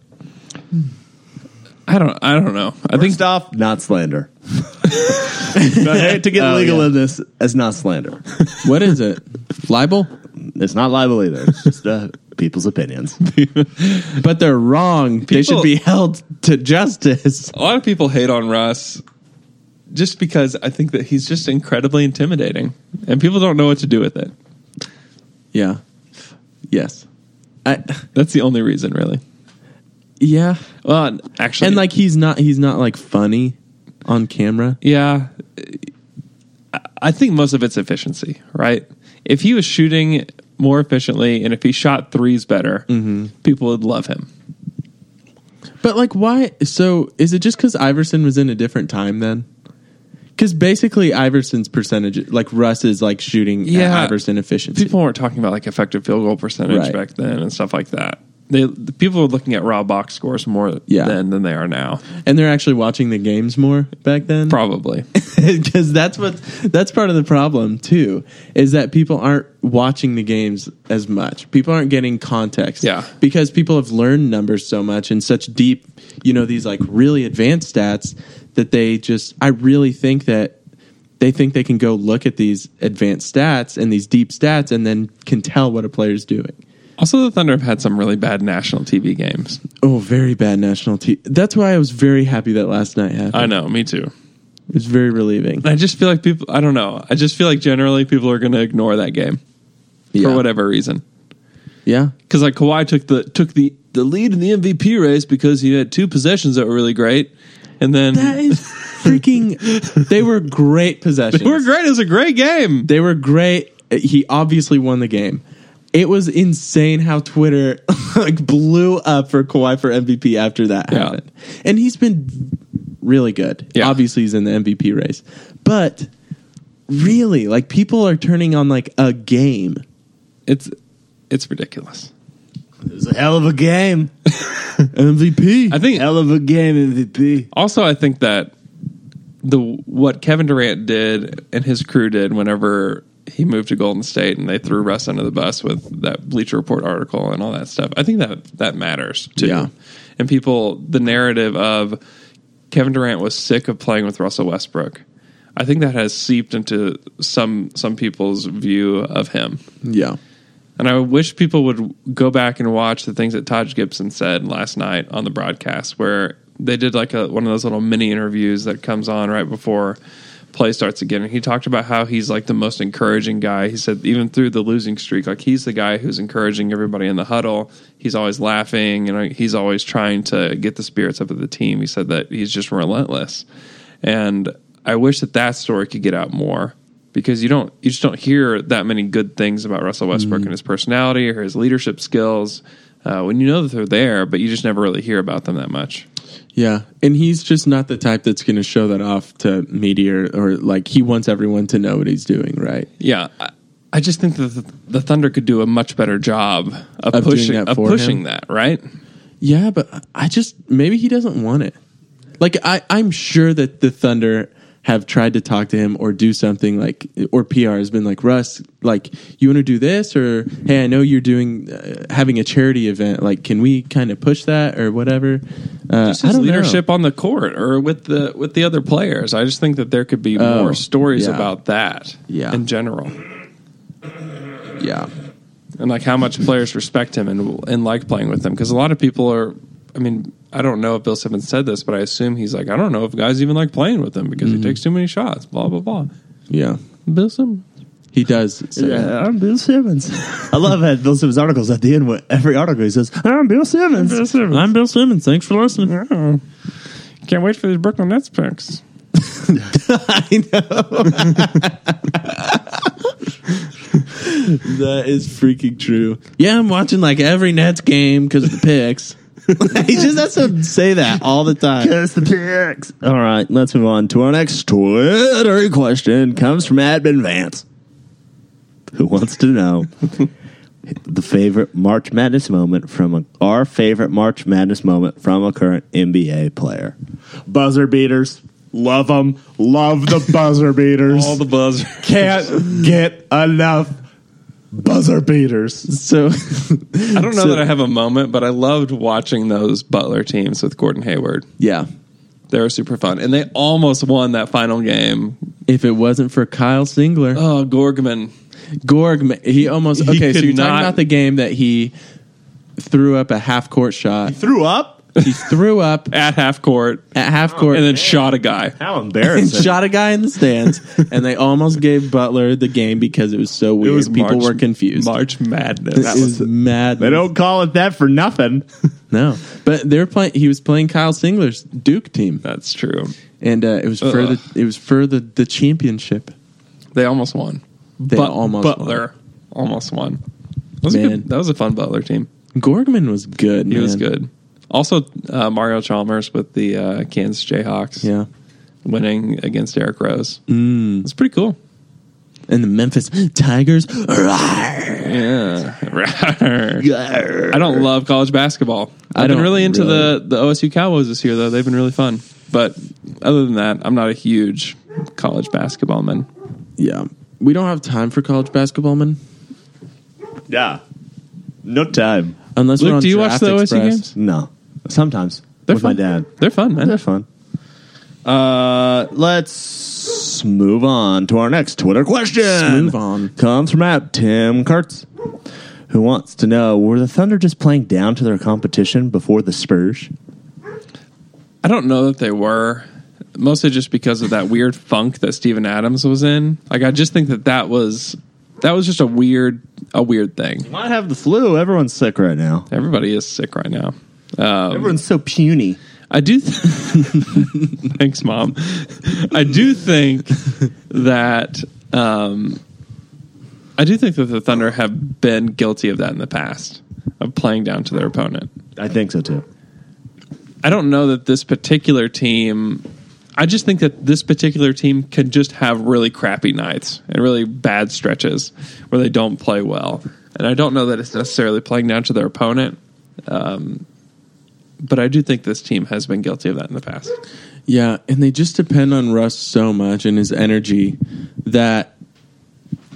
I don't. I don't know. I think First off, not slander. I hate to get legal in this. It's not slander. What <laughs> is it? Libel? It's not libel either. It's just uh, people's opinions. But they're wrong. they People- should be held <laughs> to justice. a lot of people hate on Russ just because I think that he's just incredibly intimidating, and people don't know what to do with it. Yeah. Yes. I, That's the only reason, really. yeah. Well, actually, And like he's not he's not like funny on camera. Yeah. I- I think most of it's efficiency, right? If he was shooting more efficiently, and if he shot threes better, Mm-hmm. people would love him. But like, why? So is it just because Iverson was in a different time then? Because basically, Iverson's percentage, like Russ, is like shooting Yeah. at Iverson efficiency. People weren't talking about like effective field goal percentage Right. back then and stuff like that. They the people were looking at raw box scores more Yeah. then than they are now, and they're actually watching the games more back then. <laughs> probably. because that's what that's part of the problem too is that people aren't watching the games as much people aren't getting context Yeah. because people have learned numbers so much and such deep you know these like really advanced stats that they just i really think that they think they can go look at these advanced stats and these deep stats and then can tell what a player's doing also, the Thunder have had some really bad national TV games. oh very bad national team that's why i was very happy that last night happened I know, me too. it was very relieving I just feel like people. I don't know. I just feel like generally people are going to ignore that game for Yeah. whatever reason. yeah because like Kawhi took the took the the lead in the MVP race because he had two possessions that were really great, and then That is freaking. they were great possessions. they were great. It was a great game. They were great. He obviously won the game. It was insane how Twitter <laughs> like blew up for Kawhi for MVP after that Yeah. happened, and he's been really good. Yeah. Obviously, he's in the MVP race, but really, like people are turning on like a game. It's it's ridiculous. It was a hell of a game. MVP. I think Hell of a game, MVP. also I think that the what Kevin Durant did and his crew did whenever he moved to Golden State and they threw Russ under the bus with that Bleacher Report article and all that stuff. I think that that matters too. Yeah. And people the narrative of Kevin Durant was sick of playing with Russell Westbrook. I think that has seeped into some some people's view of him. yeah. And I wish people would go back and watch the things that Taj Gibson said last night on the broadcast, where they did like a, one of those little mini interviews that comes on right before play starts again. And he talked about how he's like the most encouraging guy. He said, even through the losing streak, like he's the guy who's encouraging everybody in the huddle. He's always laughing and like, he's always trying to get the spirits up of the team. He said that he's just relentless. And I wish that that story could get out more because you don't you just don't hear that many good things about Russell Westbrook and his personality or his leadership skills. Uh, when you know that they're there, but you just never really hear about them that much. Yeah, and he's just not the type that's going to show that off to media or, or like he wants everyone to know what he's doing, right? Yeah, I, I just think that the, the Thunder could do a much better job of, Of doing pushing that of for pushing him. that. Right? Yeah, but I just maybe he doesn't want it. Like I, I'm sure that the Thunder have tried to talk to him or do something like or PR has been like Russ, like you want to do this or hey, I know you're doing uh, having a charity event. Like, can we kind of push that or whatever? Uh, Just his leadership on the court or with the with the other players. I just think that there could be Oh, more stories yeah. about that Yeah. in general. Yeah, and like how much players respect him and and like playing with him because a lot of people are. I mean, I don't know if Bill Simmons said this, but I assume he's like, I don't know if guys even like playing with him because he takes too many shots. Blah blah blah. yeah, Bill Simmons. he does. Say that. Yeah, I'm Bill Simmons. I love how Bill Simmons articles at the end. With every article he says, "I'm Bill Simmons." I'm Bill Simmons. Thanks for listening. Can't wait for these Brooklyn Nets picks. <laughs> I know. <laughs> that is freaking true. Yeah, I'm watching like every Nets game because of the picks. he just has to say that all the time. Yes, the picks. All right, let's move on to our next Twitter question. Comes from Admin Vance, who wants to know <laughs> the favorite March Madness moment from a, our favorite March Madness moment from a current NBA player. Buzzer beaters. Love them. Love the buzzer beaters. All the buzz. Can't get enough buzzer beaters. <laughs> So I don't know So- that I have a moment, but I loved watching those Butler teams with Gordon Hayward. yeah, They were super fun, and they almost won that final game. if it wasn't for Kyle Singler, Oh, Gorgman. Gorg, he almost He okay. so could you're not- talking about the game that he threw up a half court <laughs> shot. Threw up. He threw <laughs> up at half court at half court and then shot a guy. How and embarrassing! shot a guy in <laughs> the stands, and they almost gave Butler the game because it was so weird. People March- were confused. March Madness. This is mad. they don't call it that for nothing. No, but they were playing. He was playing Kyle Singler's Duke team, That's true. and uh, it was for Ugh. the it was for the, the championship. They almost won. They But- almost won. Butler almost won. was a man. good- that was a fun Butler team. Gorgman was good. He man. was good. Also, uh, Mario Chalmers with the uh, Kansas Jayhawks Yeah. winning against Eric Rose. Mm. It's pretty cool. <laughs> And the Memphis Tigers. Rawr. Yeah. I don't love college basketball. I I've been don't really into really. the the OSU Cowboys this year though. They've been really fun. But other than that, I'm not a huge college basketball man. Yeah. We don't have time for college basketball, man. Yeah. No time. Unless we're Luke, on do you watch Draft the OSU Express. games? No. Sometimes. They're with fun. my dad. They're fun, man. They're fun. Uh, let's move on to our next Twitter question. Smooth on. Comes from at Tim Kurtz, who wants to know Were the Thunder just playing down to their competition before the Spurs? I don't know that they were. Mostly just because of that weird funk that Steven Adams was in. Like I just think that that was that was just a weird a weird thing. Might have the flu. Everyone's sick right now. Everybody is sick right now. Everyone's so puny. I do. Th- <laughs> Thanks, mom. I do think that. Um, I do think that the Thunder have been guilty of that in the past of playing down to their opponent. I think so <laughs> too. I don't know that this particular team. I just think that this particular team can just have really crappy nights and really bad stretches where they don't play well. And I don't know that it's necessarily playing down to their opponent. Um, but I do think this team has been guilty of that in the past. Yeah, and they just depend on Russ so much and his energy that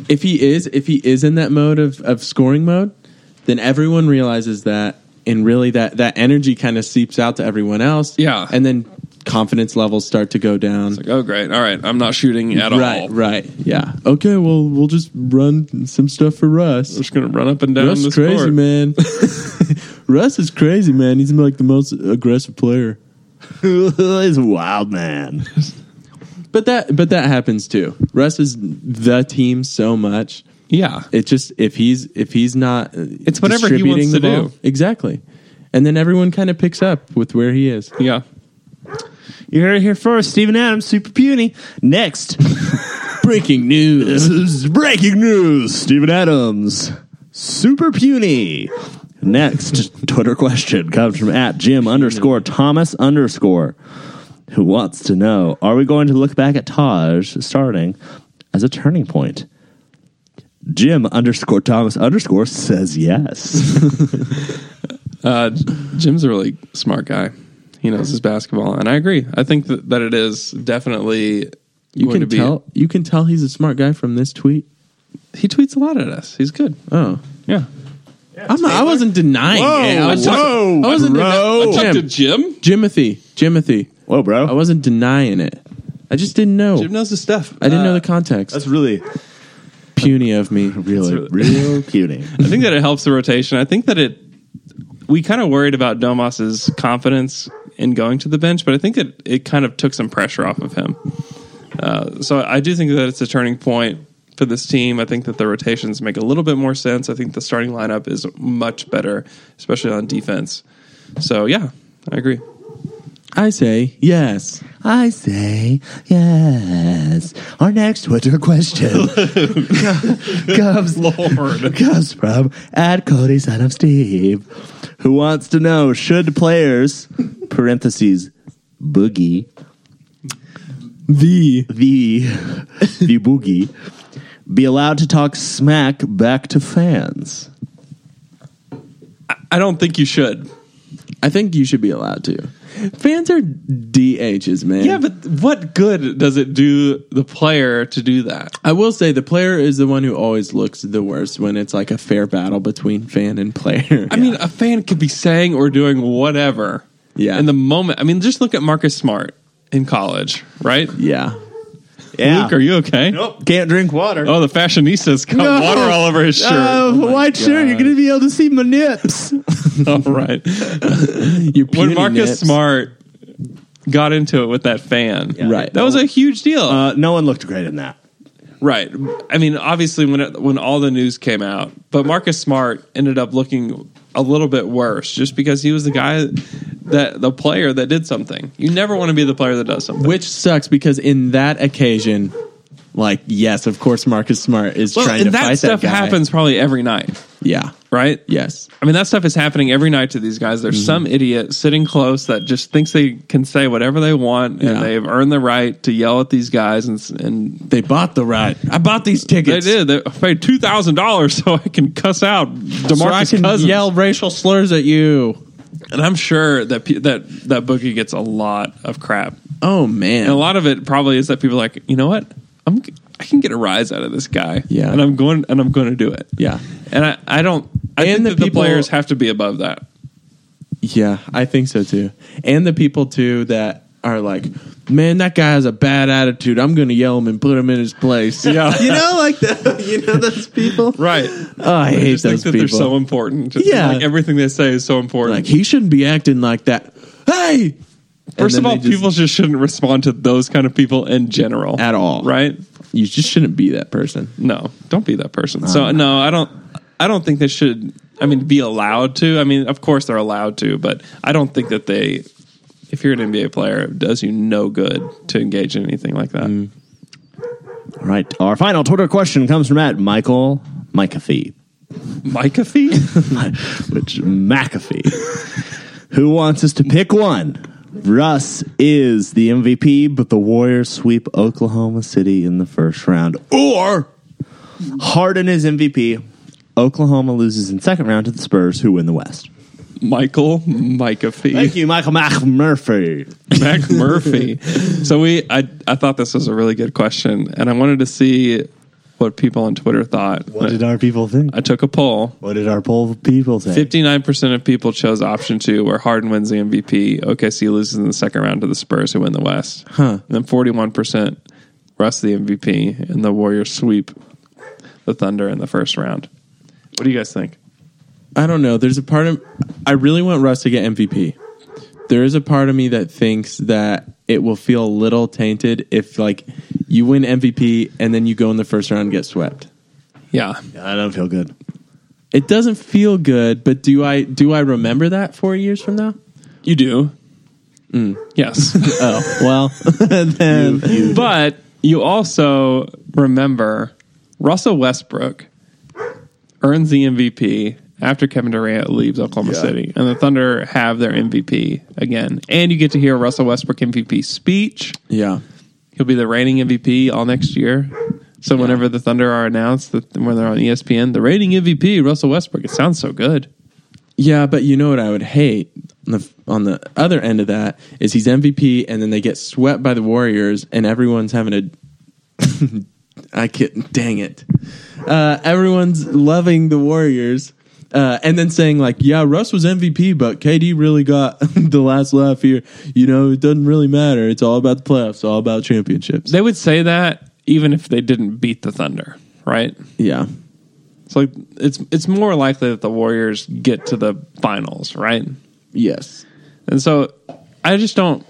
if he is if he is in that mode of, of scoring mode, then everyone realizes that and really that that energy kind of seeps out to everyone else. Yeah. And then confidence levels start to go down. Like, oh, great. All right. I'm not shooting at right, all. right. Yeah. Okay, well we'll just run some stuff for Russ. I'm just going to run up and down Russ is this crazy, court. <laughs> man. Russ is crazy, man. He's like the most aggressive player. He's a wild man. But that but that happens too. Russ is the team so much. Yeah. It just if he's if he's not It's whatever he wants to do. Exactly. And then everyone kind of picks up with where he is. Yeah. You heard it here first. Steven Adams, super puny. Next. Breaking news. This is breaking news. Steven Adams, super puny. Next Twitter question comes from at Jim underscore Thomas underscore, who wants to know Are we going to look back at Taj starting as a turning point? Jim underscore Thomas underscore says yes. Uh, Jim's a really smart guy. He knows his basketball. And I agree. I think that, that it is definitely You going to can be. tell you can tell he's a smart guy from this tweet. He tweets a lot at us. He's good. Oh. Yeah. I'm not, I wasn't denying it. I, was whoa, I wasn't bro. denying Jim, Jim. Jimothy. Jimothy. Whoa, I bro. wasn't denying it. I just didn't know. Jim knows his stuff. I didn't know Uh, the context. That's really, puny of me. really, <laughs> real puny. I think that it helps the rotation. I think that it. We kind of worried about Domas's confidence in going to the bench, but I think it it kind of took some pressure off of him. Uh, so I do think that it's a turning point for this team. I think that the rotations make a little bit more sense. I think the starting lineup is much better, especially on defense. So yeah, I agree. I say yes. I say yes. Our next Twitter <laughs> question comes, comes from at Cody son of Steve, who wants to know should players parentheses boogie The the the boogie be allowed to talk smack back to fans? I don't think you should. I think you should be allowed to. Fans are DHs, man. Yeah, but what good does it do the player to do that? I will say the player is the one who always looks the worst when it's like a fair battle between fan and player. I mean, a fan could be saying or doing whatever. Yeah. In the moment, I mean, just look at Marcus Smart in college, right? <laughs> yeah. Luke, are you okay? nope, can't drink water. Oh, the fashionista's got No. water all over his shirt. Oh, white shirt, you're gonna be able to see my nips. all right. Your When puny Marcus nips- Smart got into it with that fan, Right. that was a huge deal. Uh, no one looked great in that. Right. I mean, obviously, when it, when all the news came out, but Marcus Smart ended up looking a little bit worse just because he was the guy that the player that did something. You never want to be the player that does something. which sucks because in that occasion like, yes, of course, Marcus Smart is Well, trying to and that fight stuff that guy. happens probably every night, Yeah. right? Yes. I mean, that stuff is happening every night to these guys. There's Mm-hmm. some idiot sitting close that just thinks they can say whatever they want, Yeah. and they've earned the right to yell at these guys. And, s- and They bought the ride. I bought these they tickets. did. They paid two thousand dollars so I can cuss out Demarcus So I can Cousins. yell racial slurs at you. And I'm sure that pe- that that bookie gets a lot of crap, Oh and a man. lot of it probably is that people are like, you know what, I'm I can get a rise out of this guy, Yeah. and I'm going and I'm going to do it, Yeah. And I, I don't. I And think the that people- the players have to be above that. Yeah, I think so too. And the people too that are like, man, that guy has a bad attitude. I'm going to yell him and put him in his <laughs> place. Yeah. you know, like the, you know those people. Right. <laughs> Oh, I I hate just think those that people. they're so important. Just Yeah. like everything they say is so important. like he shouldn't be acting like that. Hey, First And of then all, they just- people just shouldn't respond to those kind of people in general At all. right? you just shouldn't be that person. No, don't be that person. Uh-huh. so no, I don't. I don't think they should. I mean, be allowed to. I mean, of course they're allowed to, but I don't think that they. If you're an NBA player, it does you no good to engage in anything like that. Mm. All right. Our final Twitter question comes from at Michael McAfee, <laughs> Micah fee? <laughs> which McAfee, <laughs> who wants us to pick one. Russ is the MVP, but the Warriors sweep Oklahoma City in the first round. Or Harden is MVP. Oklahoma loses in second round to the Spurs, who win the West. Michael Micah fee. Thank you, Michael Mac Murphy. <laughs> Mac Murphy. So we, I, I thought this was a really good question, and I wanted to see what people on Twitter thought. What did our people think? I took a poll. What did our poll people think? Fifty-nine percent of people chose option two, where Harden wins the MVP, OKC loses in the second round to the Spurs, who win the West. Huh. And then forty-one percent, Russ the MVP, and the Warriors sweep the Thunder in the first round. What do you guys think? I don't know. There's a part of I really want Russ to get MVP. There is a part of me that thinks that it will feel a little tainted if like you win MVP and then you go in the first round and get swept. Yeah, I don't feel good. It doesn't feel good, but do I do I remember that four years from now? you do. Mm. Yes. Oh well, then But you also remember Russell Westbrook earns the MVP after Kevin Durant leaves Oklahoma City, and the Thunder have their MVP again. And you get to hear Russell Westbrook MVP speech. <laughs> yeah, He'll be the reigning MVP all next year. So whenever the Thunder are announced, that when they're on E ESPN, the reigning MVP Russell Westbrook. It sounds so good. yeah. But you know what I would hate on the, on the other end of that is he's MVP and then they get swept by the Warriors and everyone's having a <laughs> I can't. Dang it! Uh, everyone's loving the Warriors, uh, and then saying like, "Yeah, Russ was MVP, but KD really got <laughs> the last laugh here." You know, it doesn't really matter. It's all about the playoffs, all about championships. They would say that even if they didn't beat the Thunder, right? Yeah, It's like it's it's more likely that the Warriors get to the finals, right? yes, And so I just don't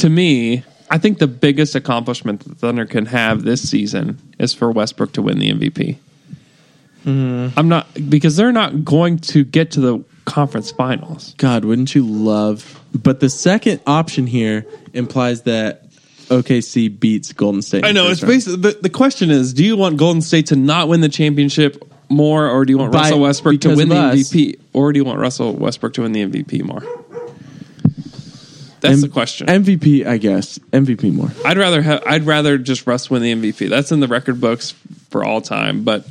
to me, I think the biggest accomplishment that the Thunder can have this season is for Westbrook to win the MVP. I'm not because they're not going to get to the conference finals. God, wouldn't you love? But the second option here implies that OKC beats Golden State. in I the know. first It's round. basically the, the question is: Do you want Golden State to not win the championship more, or do you want By- Russell Westbrook to because win of the us. MVP, or do you want Russell Westbrook to win the MVP more? That's M- the question. MVP, I guess. MVP more. I'd rather have. I'd rather just Russ win the MVP. That's in the record books for all time. But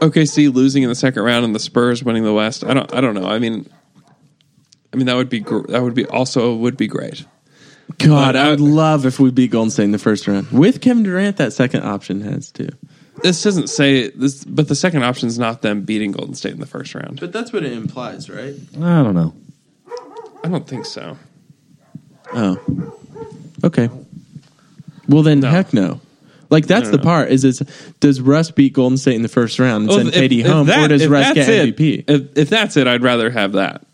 OKC losing in the second round and the Spurs winning the West. I don't. I don't know. I mean, I mean that would be gr- that would be also would be great. God, I would I- love if we beat Golden State in the first round with Kevin Durant. That second option has too. This doesn't say this, but the second option is not them beating Golden State in the first round. But that's what it implies, right? I don't know. I don't think so. Oh, okay. Well, then, No. heck no. Like that's No, the no. part is is does Russ beat Golden State in the first round and Well, send if- KD if home, that- or does if Russ get that's it- MVP? If, if that's it, I'd rather have that.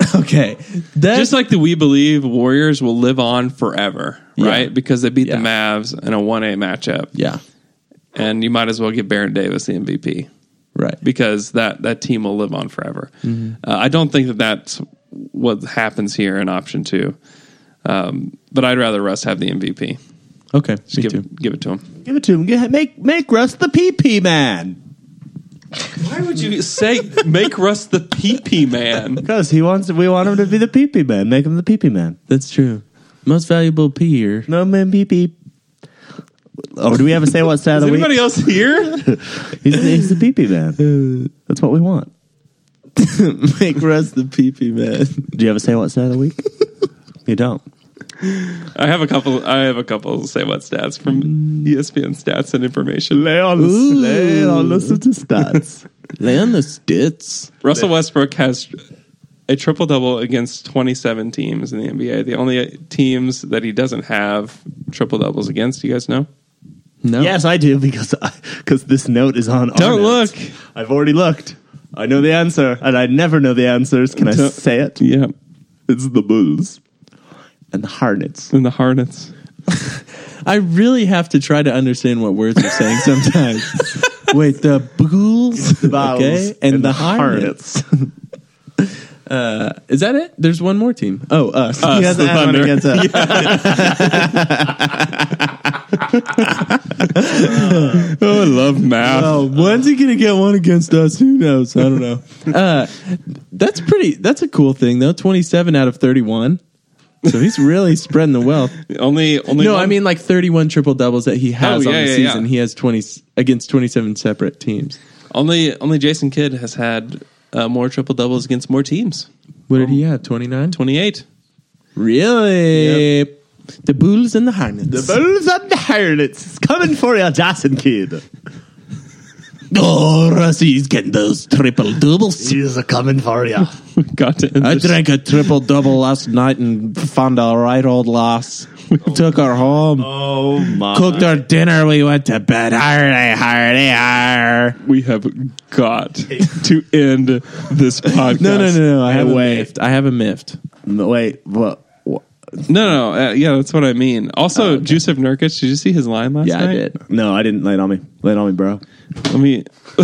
<laughs> Okay, that's, Just like the We Believe Warriors will live on forever, Yeah. right? Because they beat Yeah. the Mavs in a 1A matchup. yeah, And you might as well give Baron Davis the MVP right. because that, that team will live on forever. Uh, I don't think that that's what happens here in option two. Um, but I'd rather Russ have the MVP. Okay, Just me give, too. give it to him. Give it to him. Get, make make Russ the pee pee man Why would you say make Russ the pee pee man? because he wants. We want him to be the pee pee man. Make him the pee pee man. That's true. Most valuable peer. No man pee pee. Oh, do we ever say what side of the week? Anybody else here? He's, he's the pee pee man. That's what we want. Make Russ the pee pee man. Do you ever say what side of the week? You don't. I have a couple. I have a couple. Say what stats from E ESPN stats and information. Ooh. Lay on listen to stats. Lay on the stits. Russell Westbrook has a triple double against 27 teams in the NBA. The only teams that he doesn't have triple doubles against, you guys know? No. <laughs> yes, I do because because this note is on. our Don't notes. look. I've already looked. I know the answer, and I never know the answers. Can I Don't- say it? Yeah, It's the Bulls and the Hornets. in the Hornets. I really have to try to understand what words are <laughs> saying sometimes. Wait, the bulls, okay, and, the, hornets. Is that it? There's one more team. Oh, <laughs> us. He doesn't have one against us. <laughs> Oh, I love math. Oh, when's he gonna get one against us? Who knows? I don't know. Uh, that's pretty. That's a cool thing though. Twenty-seven out of thirty-one. So he's really spreading the wealth. Only, only. No, one- I mean like thirty-one triple doubles that he has Oh, yeah, on the yeah, season. yeah. He has twenty against twenty-seven separate teams. only, only. Jason Kidd has had uh, more triple doubles against more teams. What did he Um, have? Twenty-nine. 28. Really? The Bulls and the Hornets. The Bulls and the Hornets is coming for you, Jason Kidd. oh, Russie's getting those triple <laughs> doubles. He's coming for you. Got to end I this. drank a triple double last night and found a right old loss. We took her home, Oh my! cooked her dinner, we went to bed. Hardy, hardy, har. We have got to end <laughs> this podcast. No, no, no, no. I have a Wait. miffed. I have a miffed. Wait, what? what? No, no, uh, yeah, that's what I mean. Also, Jusuf Nurkic, did you see his line last night? No, I didn't. Lay it on me. Lay it on me, bro. Let me, <laughs>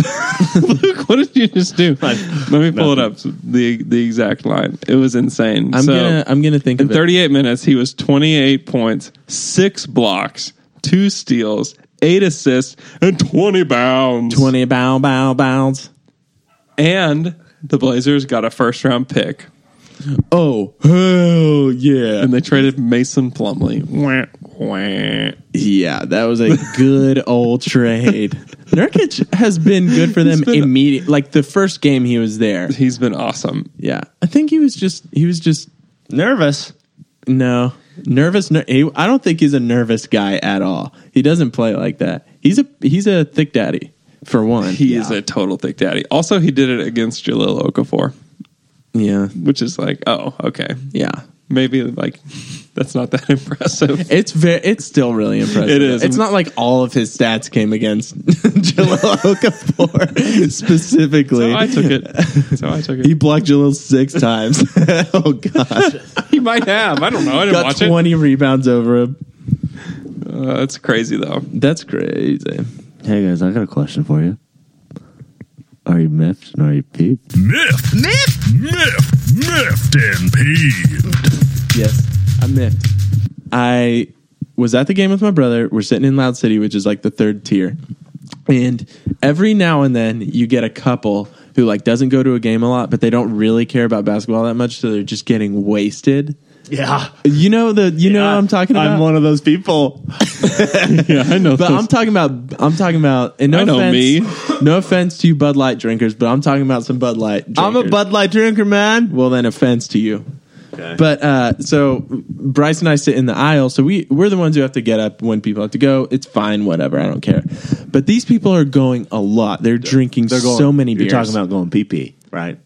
Luke, what did you just do? Let me pull it up. the The exact line. It was insane. I'm so, gonna. I'm gonna think in of it. 38 minutes, he was 28 points, six blocks, two steals, eight assists, and 20 bounds. Twenty bow bow bounds. And the Blazers got a first round pick, Oh hell yeah! and they traded Mason Plumley. Wah, wah. Yeah, that was a good old trade. <laughs> Nurkic has been good for them been- immediate. Like the first game he was there. He's been awesome. Yeah, I think he was just he was just Nervous. no nervous. Ner- he, I don't think he's a nervous guy at all. He doesn't play like that. He's a he's a thick daddy for one. He is a total thick daddy. Also, he did it against Jalil Okafor, yeah which is like, oh, okay. yeah. Maybe like <laughs> that's not that <laughs> impressive. It's very it's <laughs> still really impressive. It is. It's not like all of his stats came <laughs> against <laughs> Jalil Okafor <laughs> specifically. So I took it. So I took it. <laughs> he blocked Jalil six times. <laughs> oh gosh. He might have. I don't know. I didn't got watch 20 rebounds over him. it. Uh, that's crazy though. That's crazy. Hey guys, I got a question for you. Are you miffed and are you peeped? Myth. Myth. Myth. Miffed and peeved. Yes, I miffed. I was at the game with my brother. We're sitting in Loud City, which is like the third tier. And every now and then you get a couple who like doesn't go to a game a lot, but they don't really care about basketball that much, so they're just getting wasted. Yeah, You know the you know what I- I'm talking about. I'm one of those people. <laughs> Yeah, I <laughs> know. but I'm talking about I'm talking about and no I know offense, me. no offense to you Bud Light drinkers, but I'm talking about some Bud Light. Drinkers. I'm a Bud Light drinker, man. well then offense to you but uh so bryce and i sit in the aisle so we we're the ones who have to get up when people have to go it's fine whatever i don't care but these people are going a lot they're drinking so many You're beers talking about going pee pee, right?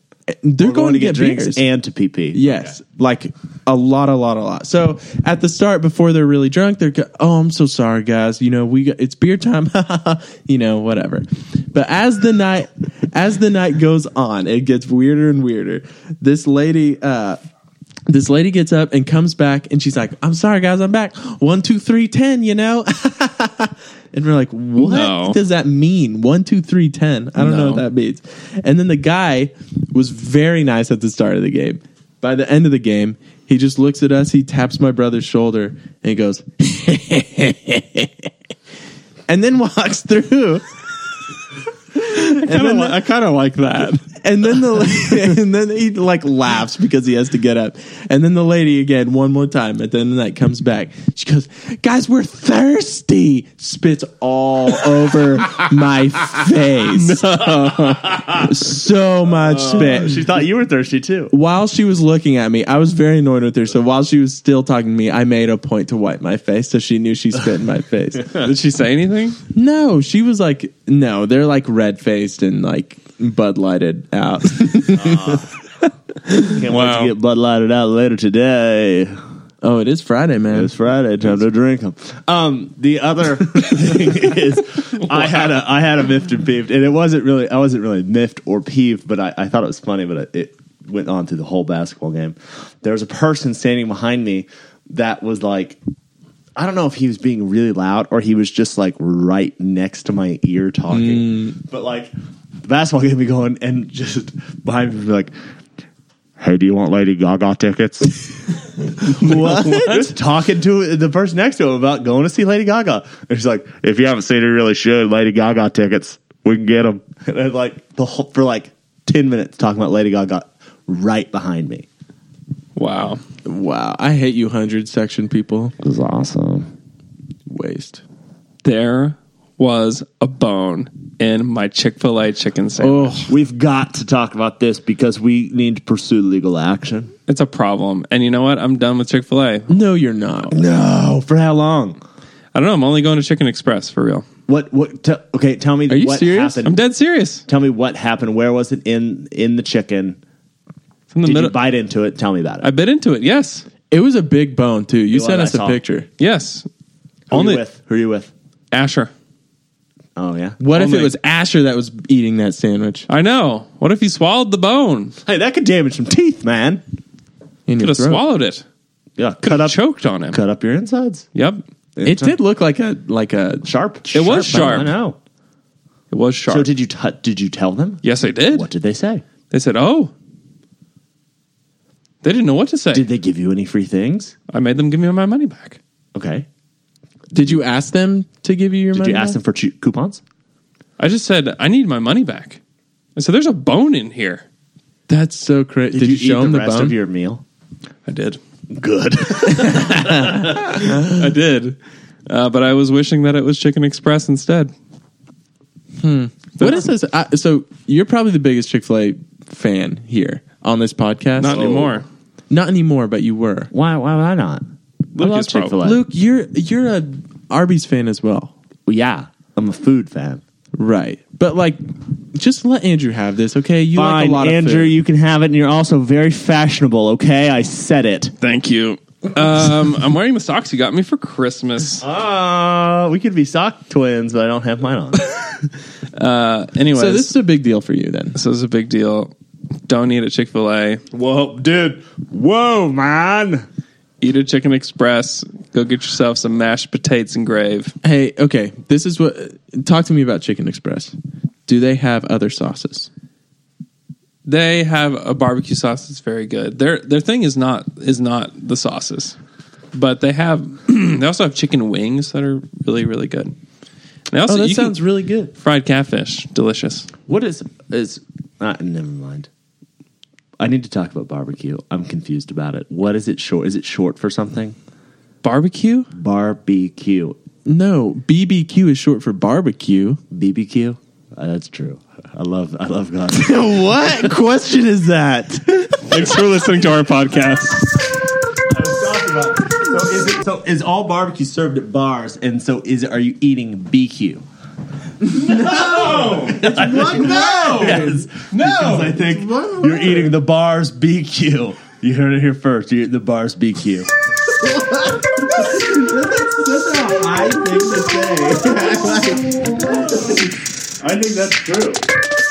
they're We're going, to get, drinks beers and to pee pee. Yes, like a lot, a lot, a lot. So at the start, before they're really drunk, they're go- oh, I'm so sorry, guys. You know, we got, it's beer time. <laughs> you know, whatever. But as the night as the night goes on, it gets weirder and weirder. This lady, uh, this lady gets up and comes back, and she's like, "I'm sorry, guys, I'm back. One, two, three, ten. You know." <laughs> And we're like, what No. does that mean? One, two, three, ten. I don't know what No. that means. And then the guy was very nice at the start of the game. By the end of the game, he just looks at us, he taps my brother's shoulder, and he goes, <laughs> and then walks through. and, then the, I kind of like that. and then the <laughs> and then he like laughs because he has to get up. And then the lady again one more time. At the end of the night comes back. She goes, "Guys, we're thirsty." Spits all over my <laughs> face. So much Oh, spit. She thought you were thirsty too. while she was looking at me, I was very annoyed with her. So while she was still talking to me, I made a point to wipe my face so she knew she spit in <laughs> my face. Did she say anything? no, she was like, no, they're like red faced and like bud lighted <laughs> out. Can't Wow. wait to get Bud Lighted out later today. oh, it is Friday, man. It's Friday, time to drink them. Um, the other <laughs> thing is, I had a I had a miffed and peeved, and it wasn't really I wasn't really miffed or peeved, but I, I thought it was funny, but it, it went on through the whole basketball game. There was a person standing behind me that was like, I don't know if he was being really loud or he was just like right next to my ear talking, but like the basketball game be going and just behind me would be like. Hey, do you want Lady Gaga tickets? <laughs> what? Just talking to the person next to him about going to see Lady Gaga. And she's like, if you haven't seen her, you really should. Lady Gaga tickets. We can get them. <laughs> And I, like the whole, for like 10 minutes talking about Lady Gaga right behind me. Wow. Wow, I hate you, hundred section people. It was awesome. Waste. There was a bone in my Chick fil A chicken sandwich. Oh, We've got to talk about this because we need to pursue legal action. It's a problem. And you know what? I'm done with Chick fil A. I no, you're not. No, for how long? don't know. I'm only going to Chicken Express for real. What, what, te- okay, tell me Are you what serious? happened. I'm dead serious. Tell me what happened. Where was it in, in the chicken? It's in the Did middle. you bite into it? Tell me about it. I bit into it. Yes. It was a big bone too. You was, sent I us a saw. picture. Yes. Who only- you with? Who are you with? Asher. Oh, yeah. What if Only- it was Asher that was eating that sandwich? I know. What if he swallowed the bone? Hey, that could damage some teeth, man. In Could your have throat? swallowed it. Yeah, Could cut have up, choked on him. cut up your insides. Yep. It did look like a like a Sharp. It was I sharp. know. It was sharp. So did you t- did you tell them? yes, I did. What did they say? They said, "Oh." They didn't know what to say. Did they give you any free things? I made them give me my money back. Okay. Did you ask them to give you your Did money? you ask them for chu- coupons? I just said, "I need my money back." I said, "There's a bone in here." That's so crazy. Did, you, show eat them the, the, rest bone? of your meal? I did. Good. I did. Uh, but I was wishing that it was Chicken Express instead. what is this? I, so you're probably the biggest Chick Fil A fan here on this podcast. Not anymore. Not anymore, but you were. <laughs> why? Why would I not? I love is prob- Chick Fil A. Luke, you're you're a Arby's fan as well, yeah, I'm a food fan. right? But like, just let Andrew have this, okay? You like a Fine, lot Andrew, of food. you can have it, and you're also very fashionable. Okay, I said it. Thank you. Um, I'm wearing the socks you got me for Christmas. Uh, we could be sock twins, but I don't have <laughs> mine on. Anyways, So this is a big deal for you then. this is a big deal. Don't eat at Chick Fil A. Whoa, dude! Whoa, man! Eat at Chicken Express. Go get yourself some mashed potatoes and gravy. Hey, okay, this is what. Talk to me about Chicken Express. Do they have other sauces? They have a barbecue sauce that's very good. Their their thing is not is not the sauces, but they have <clears throat> they also have chicken wings that are really really good. They also, Oh, that you can- sounds really good. fried catfish, delicious. What is is? Uh, never mind. I need to talk about barbecue. I'm confused about it. What is it short? Is it short for something? Barbecue? Barbecue, No, BBQ is short for barbecue. BBQ. Uh, that's true. I love. I love God. <laughs> what question is that? Thanks for listening to our podcast. So is it? So is all barbecue served at bars? And so is are you eating BQ? No. Yes. Because I think you're eating the bars BQ. You heard it here first. You eat the bars <laughs> BQ. <laughs> I think that's true.